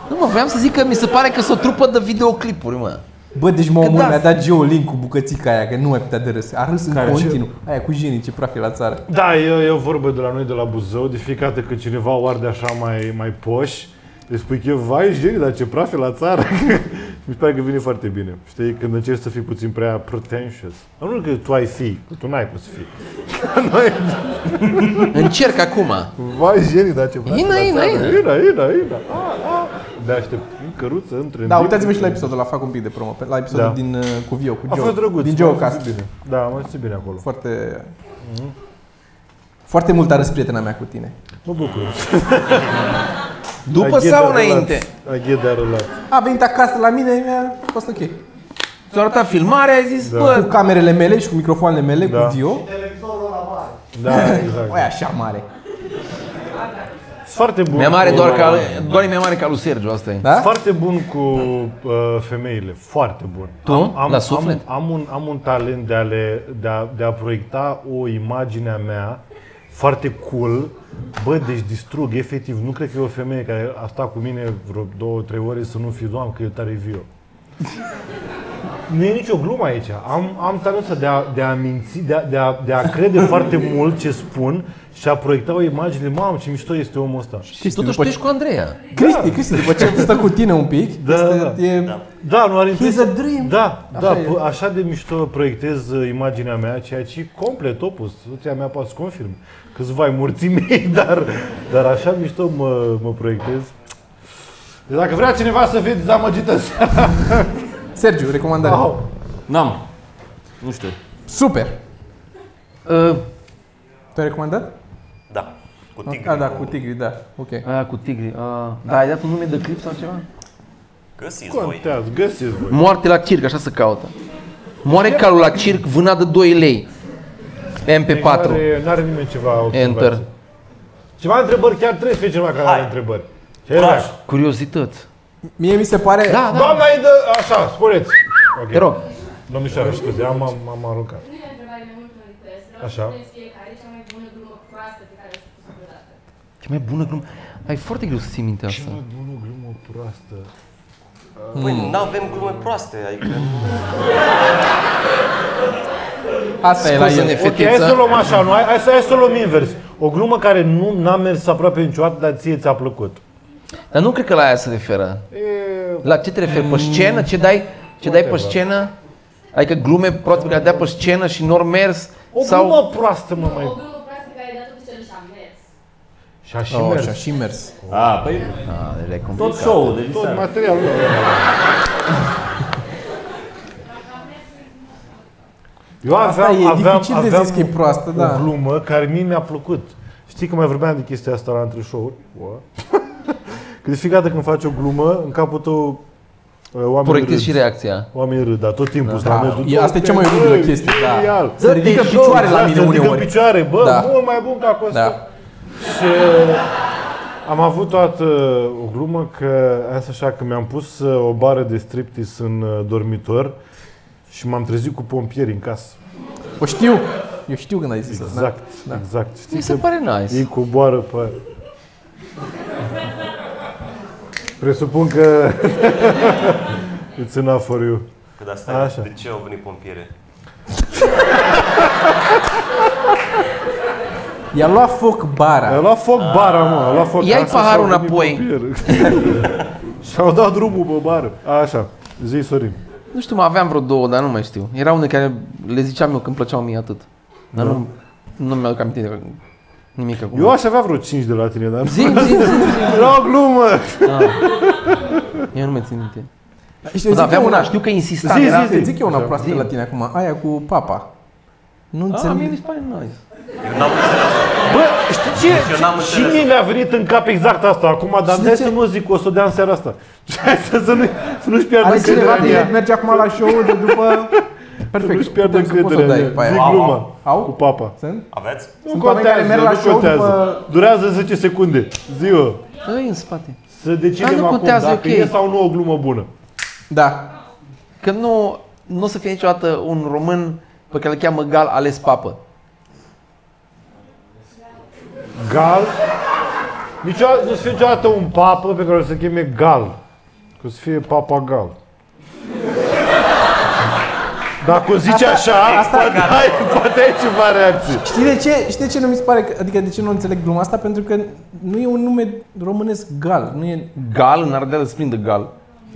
S3: nu mă, voiam să zic că mi se pare că sunt o trupă de videoclipuri, mă.
S1: Bă, deci mă
S3: Că
S1: omor,
S3: da.
S1: mi-a dat Geo link cu bucățica aia, că nu mai putea de râs. A râs în continuu. Aia cu genii, ce praf e la țară.
S2: Da, e, e o vorbă de la noi, de la Buzău, de fiecare dată când cineva o arde așa mai, mai poș, îi spui că vai, jeni, dar ce praf e la țară. Mi se pare că vine foarte bine. Știi, când încerci să fii puțin prea pretentious. Dar Nu că tu ai fi, că tu n-ai cum să fii. Noi,
S3: Încerc acum.
S2: vai, jeni, dar ce praf e
S3: Ina,
S2: la
S3: ina,
S2: țară.
S3: ina.
S2: Ina, ina, ina. A, a. De aștept în căruță, între
S1: Da, uitați-vă și la episodul ăla, fac un pic de promo, pe- la episodul
S2: Da.
S1: din, uh, cu Vio, cu
S2: A
S1: Geo,
S2: fost drăguț.
S1: din
S2: m-am
S1: Geocast.
S2: simțit bine. Da, m-am simțit bine acolo.
S1: Foarte...
S2: Mhm.
S1: Foarte mult a râs prietena mea cu tine.
S2: Mă bucur.
S3: După
S2: I get
S3: sau
S2: that a lot.
S3: înainte?
S2: I get that a lot.
S1: A venit acasă la mine, mi-a fost ok.
S3: Ți-a arătat filmarea, ai zis,
S1: Cu
S3: bă,
S1: camerele mele și cu microfoanele mele,
S2: Da.
S1: cu Vio.
S2: Da, exact.
S1: Aia așa mare.
S2: Sunt foarte bun.
S3: mi-a mare
S2: cu- Da?
S3: doar ca, doar mi-a mare ca lui Sergiu, asta e.
S1: Da?
S2: Foarte bun cu uh, femeile, foarte bun.
S3: Tu? La suflet?
S2: Am, am, un, am un talent de a, le, de, a, de a proiecta o imagine a mea foarte cool. Bă, deci distrug, efectiv, nu cred că e o femeie care a stat cu mine vreo două, trei ore să nu fi doamnă, că e tare viu. Nu e nicio glumă aici. Am, am talentul ăsta de a, de a minți, de a, de, a, de a crede foarte mult ce spun și a proiecta o imagine. Mamă, ce mișto este omul ăsta.
S3: Și totuși tu ești cu Andreea.
S1: Cristi, Cristi, după ce stă cu tine un pic,
S2: Da,
S1: este-
S2: da.
S1: e-
S2: Da, nu are impresia.
S1: a dream.
S2: Da,
S1: Așa
S2: da,
S1: e.
S2: p- așa de mișto proiectez uh, imaginea mea, ceea ce e complet opus. Soția mea poate să confirm câțiva ai morții mei, dar, dar așa mișto mă, mă proiectez. Deci Dacă vrea cineva să fie dezamăgită seara,
S1: Sergiu, recomandare.
S2: wow.
S4: N-am. Nu știu.
S1: Super!
S3: Uh,
S1: Tu ai recomandat?
S6: Da, cu tigri.
S1: Ah, da, cu tigri, da. Ok.
S3: aia cu tigri. Uh, da, ai dat un nume de clip sau ceva?
S6: Găsiți
S3: Păi.
S6: voi.
S2: contează, găsiți voi.
S3: Moarte la circ, așa se caută. Moare calul la circ, vânat de 2 lei. MP4.
S2: N-are, n-are nimeni ceva observație.
S3: Enter.
S2: Ceva întrebări, chiar trebuie să fie cineva care are
S6: Hai.
S2: întrebări. Ce
S6: Curaj.
S2: era?
S3: Curiozități.
S1: Mie mi se pare...
S3: Da, da,
S2: Doamna e de... Așa, spuneți. Okay.
S3: te rog.
S2: Domnișoară, scuze, am, am, am aruncat.
S8: Nu e o întrebare mai mult în interesă.
S2: Așa.
S8: Spuneți fiecare cea mai bună glumă proastă pe care ați spus-o vreodată.
S3: Ce mai bună glumă. Ai foarte greu să ții minte asta.
S2: Bună glumă proastă.
S6: Păi nu avem glume proaste, adică
S1: Asta e la
S3: Scuze-ne,
S1: el.
S2: Ok, hai să
S3: fetiță.
S2: luăm așa, nu? Hai, hai, să, hai să luăm invers. O glumă care nu n-a mers aproape niciodată, dar ție ți-a plăcut.
S3: Dar nu cred că la aia se referă.
S2: E,
S3: La ce te referi? Pe scenă? Ce dai, ce dai pe scenă? Adică glume proaste pe care le-a dat pe scenă și nor mers?
S2: o
S3: Sau...
S2: glumă proastă, mă,
S8: O
S2: mai...
S8: glumă proastă pe care ai dat-o pe cel și am mers.
S2: Și a și
S1: Oh,
S2: mers.
S1: așa, și mers.
S4: A, păi
S3: Ah, le complicat.
S4: tot show-ul de
S2: Tot
S4: diseară.
S2: materialul meu. Eu
S1: Asta
S2: aveam,
S1: e
S2: aveam,
S1: dificil de
S2: aveam
S1: zis că e proastă,
S2: o,
S1: da.
S2: o glumă care mie mi-a plăcut. Știi că mai vorbeam de chestia asta la între show-uri? Că Că de fiecare dată când faci o glumă, în capul tău uh, oamenii râd.
S9: Proiectez și reacția.
S2: Oamenii râd, dar tot timpul da,
S9: Da.
S2: la mediu.
S1: E- asta e cea mai
S2: Bă,
S1: oribilă chestie, da.
S2: genial. Da,
S1: Se ridică
S9: Dă-te
S1: picioare la mine
S2: Se ridică în
S1: uneori.
S2: picioare, bă,
S1: Da.
S2: mult mai bun ca Costel.
S1: Da.
S2: Și uh, am avut toată uh, o glumă că, am zis așa, că mi-am pus uh, o bară de striptease în uh, dormitor și m-am trezit cu pompieri în casă.
S1: O știu. Eu știu când ai zis asta.
S2: Exact,
S1: Da.
S2: exact. Știi
S9: Mi se
S2: că
S9: pare nice.
S2: ei coboară pe aia. Presupun că... It's enough for you.
S6: Că de asta
S2: Așa.
S6: e. De ce au venit pompiere?
S1: I-a luat foc bara.
S2: A luat foc bara, mă, a luat foc
S3: Ia-i
S2: casa
S3: paharul
S2: și au venit
S3: înapoi.
S2: pompieri. Și-au dat drumul pe bară. Așa, zi, Sorin.
S3: Nu știu, mai aveam vreo două, dar nu mai știu. Erau unele care le ziceam eu când plăceau mie atât. Dar nu, nu mi-aduc aminte de nimic acum.
S2: Eu aș avea vreo 5 de la tine, dar nu.
S3: Zim, zim, zim, zim.
S2: Era o glumă!
S3: Eu nu mi țin minte.
S1: Și eu
S3: Dar
S1: zic
S3: aveam
S1: eu
S3: una, știu că insista.
S2: Zi,
S3: era-
S1: Da, Era,
S2: zi.
S1: zic eu una proastă la tine acum, aia cu papa. Nu
S3: Ah, mie mi
S1: înțeleg.
S3: se pare nice.
S6: Eu n-am înțeles.
S2: Bă, știi ce?
S6: Deci eu n-am
S2: și
S6: înțeles.
S2: mie mi-a venit în cap exact asta acum, dar
S1: Știi
S2: hai
S1: ce?
S2: să nu zic, o să o dea în seara asta. Și hai să, să, nu, să nu-și pierdă
S1: Are cineva
S2: încrederea în
S1: care
S2: ea.
S1: merge acum la show de după...
S2: Să
S1: Perfect.
S2: nu-și pierdă
S1: putem să poți să
S2: încrederea
S1: dai pe
S2: în
S6: Păi,
S2: ea.
S1: aia.
S2: Zic gluma.
S1: Au?
S2: Cu papa.
S1: Sunt?
S6: Aveți?
S2: Nu
S1: Sunt oameni care merg la show după-
S2: Durează 10 secunde. Ziua.
S3: Ei, Ă, în spate.
S2: Să decidem
S3: nu
S2: acum
S3: contează,
S2: dacă
S3: e ok.
S2: e sau nu o glumă bună.
S1: Da.
S3: Că nu, nu o să fie niciodată un român pe care îl cheamă Gal ales papă.
S2: Gal. Niciodată, nu o să fie niciodată un papă pe care o să cheme Gal. Că o să fie Papa Gal. Dacă o zice așa, poate, ai, poate ai ceva reacție.
S1: Știi de ce? Știi de ce nu mi se pare, că, adică de ce nu înțeleg gluma asta? Pentru că nu e un nume românesc gal, nu e,
S3: Gal, în Ardeal îți prinde gal.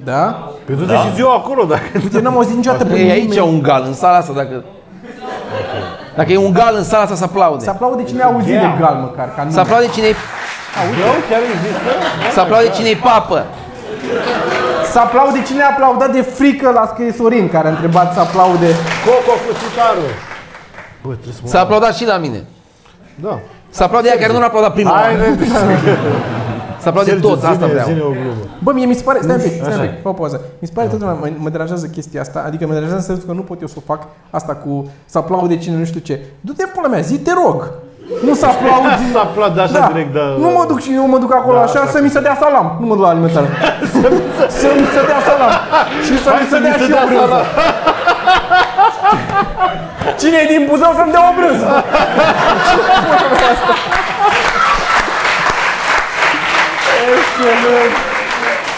S1: da?
S2: Păi du-te și ziua acolo, dacă...
S1: Eu n-am auzit niciodată pe
S2: Păi,
S3: E aici
S1: nimeni.
S3: un gal, în sala asta, dacă... Dacă e un gal în sala asta, se
S1: Să
S3: aplaude.
S1: aplaude cine a auzit de gal măcar, ca
S3: Se
S1: nume.
S3: aplaude cine
S2: Da?
S3: Se aplaude cine papă.
S1: Să aplaude cine a aplaudat de frică la scrisorin care a întrebat să aplaude.
S2: Coco cu țicarul. Bă, trebuie să mă...
S3: S-a aplaudat și la mine.
S2: Da.
S3: S-a aplaudat ea care nu l-a aplaudat prima oară.
S2: Haide,
S3: S-a aplaudat toți, asta
S2: zine,
S3: vreau.
S2: zine o glumă.
S1: Bă, mie mi se pare, stai un pic, stai un pic, fă o pauză. Mi se pare totdeauna, mă, mă deranjează chestia asta, adică mă deranjează în sensul că nu pot eu să o fac asta cu să aplaude cine nu știu ce. Du-te pula mea, zi te rog. Nu să aplaudi.
S2: S-a aplaudat așa direct, da.
S1: Nu mă duc și eu mă duc acolo
S2: Da,
S1: așa
S2: da.
S1: să mi se dea salam. Nu mă duc la alimentară. să mi se dea salam. Și să mi se dea și o brânză. Cine e din Buzău să-mi dea o brânză?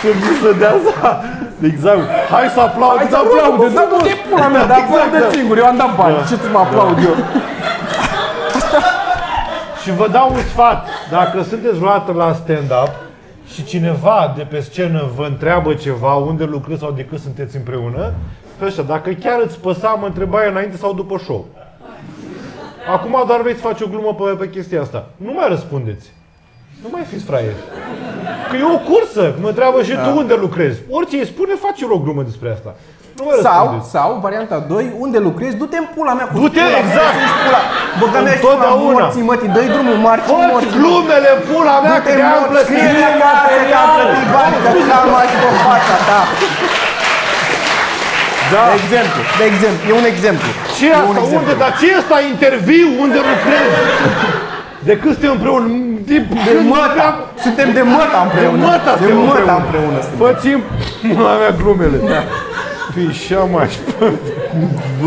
S2: Să mi se dea asta. Exact. Hai să aplaud.
S1: Hai să aplaude. Da,
S2: frumos.
S1: du-te pula mea, dar aplaudă
S2: da.
S1: singur. Eu am dat bani. Ce să mă aplaud eu?
S2: Și vă dau un sfat. Dacă sunteți vreodată la stand-up și cineva de pe scenă vă întreabă ceva, unde lucrezi sau de cât sunteți împreună, pe așa, dacă chiar îți păsa, mă întrebai înainte sau după show. Acum doar vrei să faci o glumă pe, pe chestia asta. Nu mai răspundeți. Nu mai fiți fraieri. Că e o cursă. Mă întreabă și
S1: Da.
S2: tu unde lucrezi. Orice îi spune, faci eu o glumă despre asta. Nu mai
S1: Sau,
S2: răspundeți.
S1: sau, varianta 2, unde lucrezi, du-te în pula mea cu
S2: Du-te,
S1: pula mea,
S2: exact.
S1: du-te în pula. Bă, că mi-aș pula
S2: Întotdeauna.
S1: morții, mă, tii, dă-i drumul, marci
S2: Poți
S1: morții.
S2: glumele, pula mea, că
S1: Du-te
S2: te-am
S1: morți,
S2: plătit.
S1: scrie-mi acasă că am plătit bani, că ți-am luat și pe fața ta.
S2: Da.
S1: De exemplu, de exemplu, e un exemplu.
S2: Ce
S1: e
S2: asta? Unde? Dar ce e asta? Interviu? Unde lucrezi? De cât suntem împreună? De,
S1: De măta, suntem de măta
S2: De
S1: împreună.
S2: măta
S1: de
S2: suntem
S1: măta împreună. suntem.
S2: Pățim la mea glumele. Da. Pișa mai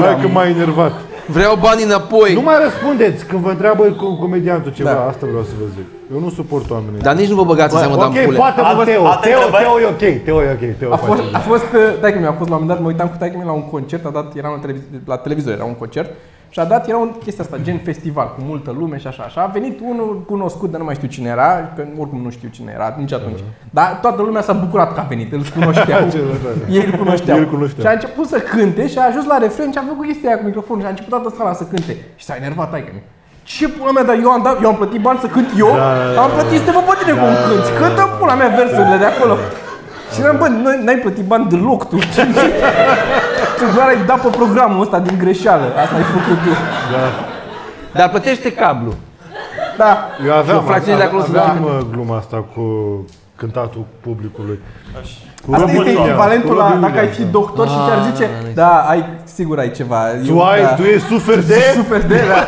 S2: Hai că m-ai enervat.
S3: Vreau bani
S2: Nu
S3: înapoi.
S2: mai răspundeți când vă întreabă cu comediantul ceva.
S1: Da.
S2: Asta vreau să vă zic. Eu nu suport oamenii.
S3: Dar nici nu vă băgați în seamă,
S2: ok,
S3: Dan Pule.
S2: poate vă
S6: Alte-
S2: Teo.
S6: alte
S2: Teo,
S6: întrebări?
S2: Teo e ok. Teo e ok. Teo
S1: A
S2: face.
S1: fost, a fost, taică mi a fost la un moment dat, mă uitam cu taică la un concert, a dat, era la, televiz- la televizor, era un concert, și a dat, era un chestia asta, gen festival, cu multă lume și așa, așa. A venit unul cunoscut, dar nu mai știu cine era, că oricum nu știu cine era, nici atunci. Dar toată lumea s-a bucurat că a venit, îl cunoșteau.
S2: Mhm. Ce rău.
S1: El cunoșteau.
S2: El cunoșteau.
S1: Și a început să cânte și a ajuns la refren și a făcut chestia aia cu microfonul și a început toată sala să cânte. Și s-a enervat taică mi ce pula mea, dar eu am, dat, eu am plătit bani să cânt eu?
S2: Da,
S1: am plătit să te văd pe tine cum cânti. Cântă pula mea versurile de acolo. Și eram, bă, n- n-ai plătit bani deloc tu. tu doar ai dat pe programul ăsta din greșeală. Asta ai făcut tu.
S3: Dar plătește cablu.
S1: Da.
S2: Eu aveam,
S3: fracțiune de acolo să
S2: aveam, aveam uh, gluma asta cu cântatul publicului. Cu
S1: Asta este
S2: Robbie Williams,
S1: echivalentul
S2: cu
S1: la
S2: Robbie
S1: dacă ai fi
S2: Williams,
S1: doctor și
S3: Ah,
S1: ți-ar zice,
S3: da,
S1: da,
S3: da,
S1: ai, sigur ai ceva.
S2: da. Tu ai, tu ești super de...
S1: super de, da.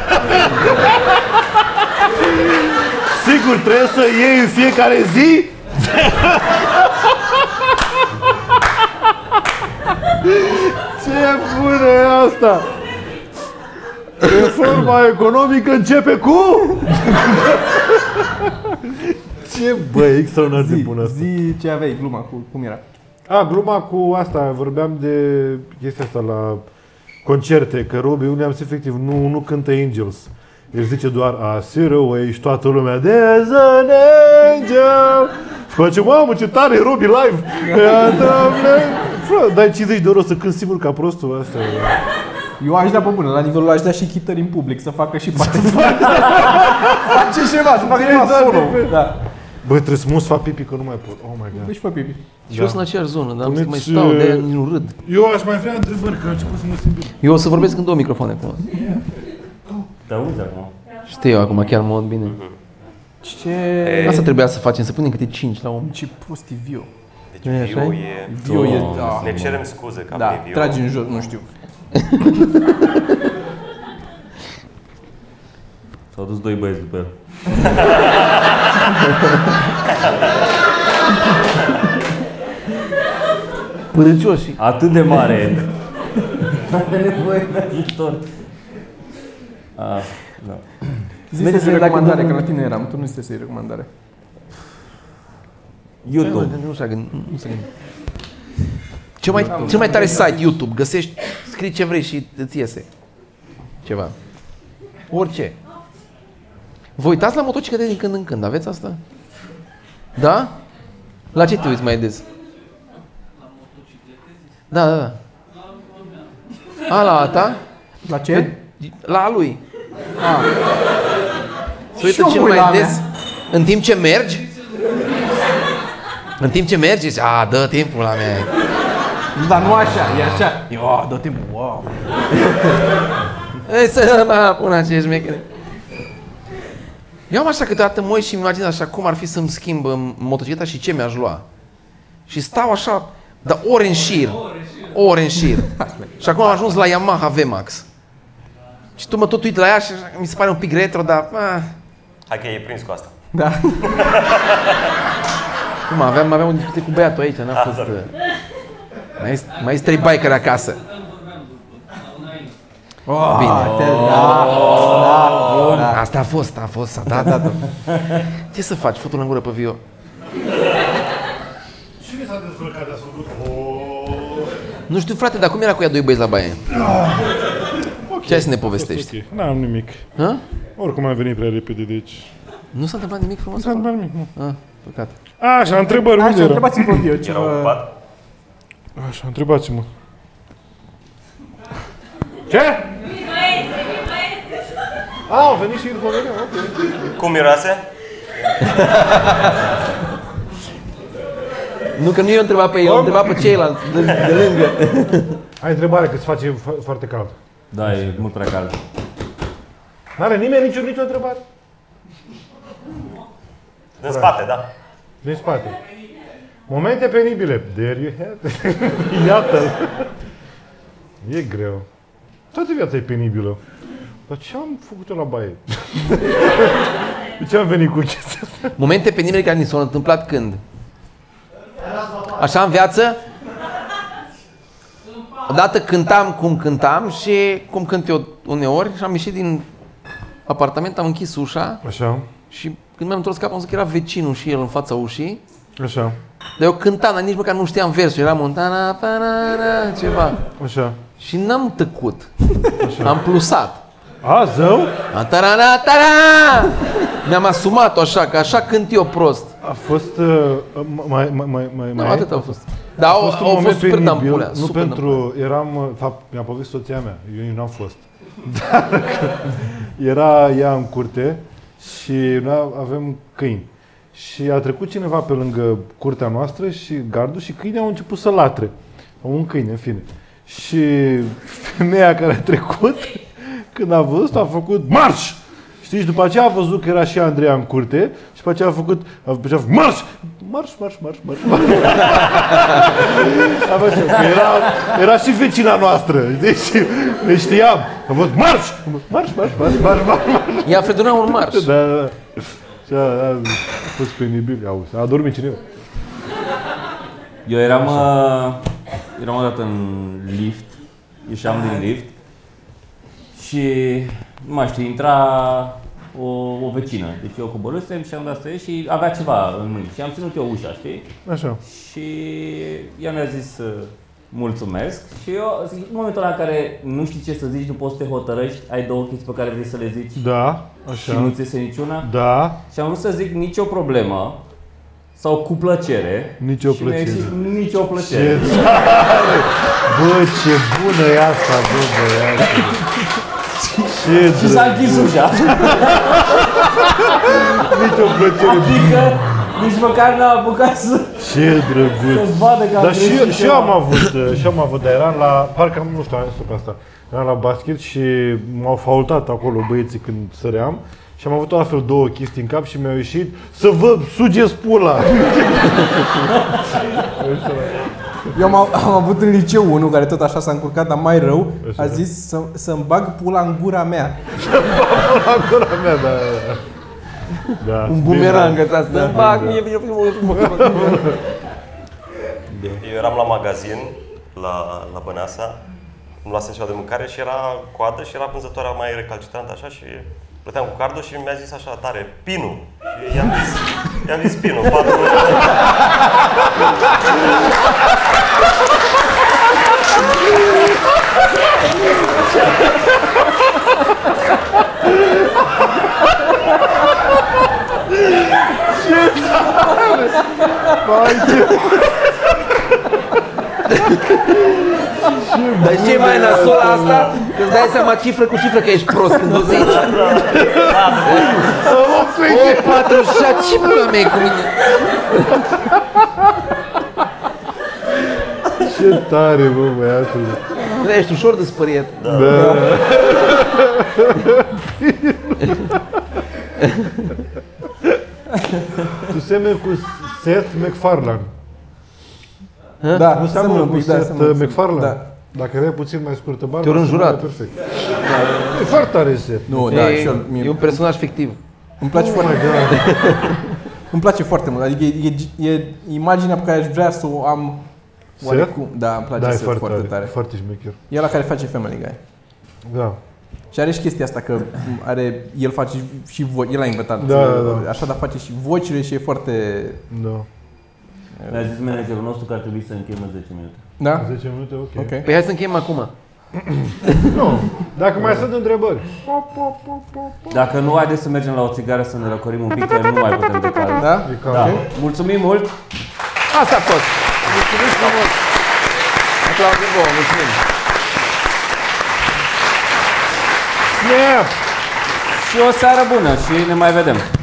S2: Sigur, trebuie să iei în fiecare zi? Ce bună e asta? Reforma economică începe cu... Ce bă, e extraordinar de
S1: Zi,
S2: bună asta.
S1: zi ce aveai, gluma, cu, cum era.
S2: A, gluma cu asta, vorbeam de chestia asta la concerte, că Robbie Williams efectiv nu, nu cântă Angels. El zice doar A Zero și toată lumea There's an angel Și face, mamă ce tare e Robbie live Ia, doamne. Fră, dai 50 de euro să cânt singur ca prostul asta e.
S1: Eu aș da pe bună, la nivelul aș da și chitări în public, să facă și parte. Face ceva, să facă ceva
S2: Exact,
S1: solo.
S2: exact.
S1: Da.
S2: Bă, trebuie să mă fac pipi că nu mai pot Oh my god
S1: Deci fă pipi.
S3: Și eu sunt în aceeași zonă, dar nu mai
S2: Puneți,
S3: stau, de
S2: uh,
S3: nu râd.
S7: Eu aș mai vrea întrebări, că a început să mă simt bine.
S3: Eu o să vorbesc în două microfoane acum.
S4: Te auzi acum?
S3: Știu eu acum, chiar mă aud bine.
S1: Ce...
S3: Asta trebuia să facem, să punem câte 5 la om.
S1: Ce prost e Vio.
S6: Deci
S3: Nu e așa?
S6: Viu e...
S1: Vio e... Da,
S6: Ne cerem scuze că
S1: da
S6: am venit
S1: tragi
S6: Viu.
S1: în jos, nu știu.
S4: S-au dus doi băieți după el.
S3: Părăcioși.
S4: Atât de mare. Ajutor. Ah, da.
S1: Zise să recomandare, că la tine eram, tu nu zise să-i recomandare.
S4: YouTube.
S3: Nu s-a gândit. Nu s-a gândit. Cel mai, cel mai tare site YouTube, găsești, scrii ce vrei și îți iese ceva. Orice. Vă uitați la motociclete din când în când, aveți asta? Da? La ce te uiți mai des? Da, da, da. A, la a ta?
S1: La ce?
S3: La a lui.
S1: A.
S3: Se uită
S1: Și
S3: cel
S1: eu mă uit la
S3: mai
S1: a mea.
S3: des în timp ce mergi. În timp ce mergi, zici, a, dă timpul la mea.
S1: Dar nu așa, e așa. Ia, dă timpul, wow.
S3: Ei, să mă pun acești mecane. Eu am așa câteodată mă uit și îmi imaginez așa cum ar fi să-mi schimb în motocicleta și ce mi-aș lua. Și stau așa, dar ore în șir. Ore în șir. și acum am ajuns la Yamaha VMAX. Și tu mă tot uit la ea și așa, mi se pare un pic retro, dar... Ah,
S6: Hai că e prins cu asta.
S1: Da.
S3: cum aveam, aveam o discuție cu băiatul aici, n-a fost... uh, Mai este, mai este trei bikeri acasă.
S1: Oh,
S3: Bine.
S1: Te, da, da, da.
S3: Asta a fost, a fost, s-a dat, dat. Ce să faci? Futul în gură pe vio.
S2: Și mi s-a dezbrăcat de oh.
S3: Nu știu, frate, dar cum era cu ea doi băieți la baie? Ce ai să ne povestești?
S7: Ok, n-am nimic.
S3: Ha?
S7: Oricum am venit prea repede, deci...
S3: Nu s-a întâmplat nimic frumos?
S7: Nu s-a
S3: acolo?
S7: întâmplat nimic, nu.
S3: Ah, păcat.
S7: Așa, întrebări, unde
S1: Așa,
S7: era?
S1: întrebați-mi pe Vio ce
S6: Era ocupat?
S7: Așa, întrebați-mă.
S2: Ce? A, Ah, au venit și Irfan Venea, ok
S6: Cum miroase?
S3: Nu, că nu eu întreba pe el, întreba pe ceilalți de, de lângă.
S2: Ai întrebare că îți face fo- foarte cald
S4: Da, e mult prea cald.
S2: N-are nimeni nicio, nicio întrebare?
S6: În spate, da.
S2: Din spate. Momente penibile. There you have it. Iată-l. E greu. Toată viața e penibilă. Dar ce am făcut eu la baie? De ce am venit cu chestia asta?
S3: Momente penibile care ni s-au întâmplat când? Așa în viață? Odată cântam cum cântam și cum cânt eu uneori și am ieșit din apartament, am închis ușa
S2: Așa,
S3: și când mi-am întors capul am zis că era vecinul și el în fața ușii
S2: așa,
S3: Dar eu cântam, dar nici măcar nu știam versul, eram un tana, tana, ceva.
S2: așa.
S3: Și n-am tăcut. Am plusat.
S2: A, zău?
S3: A, tarana, tarana! Mi-am asumat-o așa, că așa cânt eu prost.
S2: A fost... Uh, mai, mai, mai, mai,
S3: Nu,
S2: mai
S3: atât a fost. Dar Da, au,
S2: A fost un
S3: au fost
S2: moment
S3: super
S2: penibil,
S3: dampulea.
S2: nu
S3: super da,
S2: pentru,
S3: dampulea.
S2: eram, uh, fapt, mi-a povestit soția mea, eu nu am fost. Dar că era ea în curte și noi avem câini. Și a trecut cineva pe lângă curtea noastră și gardul și câinii au început să latre. Un câine, în fine. Și femeia care a trecut, când a văzut, a făcut marș! Știi, și după aceea a văzut că era și Andreea în curte și după aceea a făcut, a făcut, a făcut marș! Marș, marș, marș, marș, marș. A făcut, că era, era și vecina noastră, deci ne știam. A fost marș! Marș, marș, marș, marș, marș, marș.
S3: I-a fredonat un marș.
S2: Da, da, da. Și a, a, a fost penibil, auzi, a dormit cineva.
S4: Eu eram, uh, eram odată în lift, ieșeam din lift și nu mai știu, intra o, o vecină. Deci eu coborâsem și am dat să ies și avea ceva în mâini și am ținut eu ușa, știi?
S2: Așa.
S4: Și ea mi-a zis uh, mulțumesc și eu zic, în momentul ăla în care nu știi ce să zici, nu poți să te hotărăști, ai două chestii pe care vrei să le zici
S2: Da,
S4: și nu
S2: așa.
S4: ți iese niciuna,
S2: Da,
S4: și am vrut să zic nicio problemă sau cu plăcere.
S2: Nicio
S4: și mi-a
S2: plăcere.
S4: ieșit Nicio plăcere.
S2: Ce bă, ce bună e asta, bă, băiatul. Ce
S4: Și s-a închis ușa.
S2: Nici o plăcere.
S4: adică nici măcar n-a apucat să
S2: Ce drăguț.
S4: să-ți vadă că a
S2: Dar și,
S4: greșit
S2: eu- și eu
S4: ceva.
S2: am avut, uh, și eu am avut, dar eram la, parcă am, nu știu, am zis pe asta, eram la basket și m-au faultat acolo băieții când săream și am avut tot astfel două chestii în cap și mi-au ieșit să vă sugeți pula.
S1: Eu am, am avut în liceu unul care tot așa s-a încurcat, dar mai rău, a zis să, să-mi bag pula în gura mea.
S2: Acolo mea, da, da, da. da.
S3: Un bumerang ăsta, să bag, mie mie mie
S6: Eu eram la magazin, la, la Băneasa, îmi luasem ceva de mâncare și era coadă și era vânzătoarea mai recalcitrantă așa și plăteam cu cardul și mi-a zis așa tare, Pinu! Și i-am zis, i-am zis Pinu, patru
S3: Dar ce e mai nasol la asta? Că îți dai seama cifră cu cifră că ești prost când o zici. O, 46, ce pula mea e cu mine?
S2: Ce tare, bă, băiatul.
S3: Da, ești ușor de spăriet.
S2: Tu semeni cu Seth MacFarlane.
S1: Da,
S2: Nu
S1: seamănă
S2: seamănă
S1: un
S2: cu
S1: pic, da,
S2: Seth
S1: seamănă puțin.
S2: MacFarlane?
S1: Da.
S2: Dacă aveai puțin mai scurtă barbă,
S3: Te-au
S2: seamănă
S3: înjurat.
S2: Perfect. E foarte tare Seth.
S1: Nu, da, și
S3: E,
S1: eu,
S3: e
S1: mie,
S3: un personaj fictiv.
S1: îmi, place
S2: Oh
S1: foarte,
S2: my god.
S1: îmi place foarte mult, adică e, e, e imaginea pe care aș vrea să o am
S2: Seth?
S1: oarecum. Da, îmi place
S2: Da, e
S1: Seth
S2: foarte,
S1: foarte tare.
S2: Foarte șmecher.
S1: E la care face Family Guy.
S2: Da.
S1: Și are și chestia asta că are, el face și- și voci, el a inventat
S2: Da, da, da.
S1: așa, dar face și vocile și e foarte...
S2: Da.
S4: Mi-a zis managerul nostru că ar trebui să încheiem în 10 minute.
S1: Da?
S2: 10 minute, ok.
S1: Ok.
S3: Păi hai să încheiem acum.
S2: Nu, dacă mai sunt întrebări.
S4: Dacă nu, haideți să mergem la o țigară să ne răcorim un pic, că nu mai putem de care.
S1: Da?
S2: E cam
S4: da.
S2: ok.
S4: Mulțumim mult!
S3: Asta a fost. Mulțumim frumos. Aplauze vouă, mulțumim.
S2: Yeah!
S4: Și o seară bună și ne mai vedem!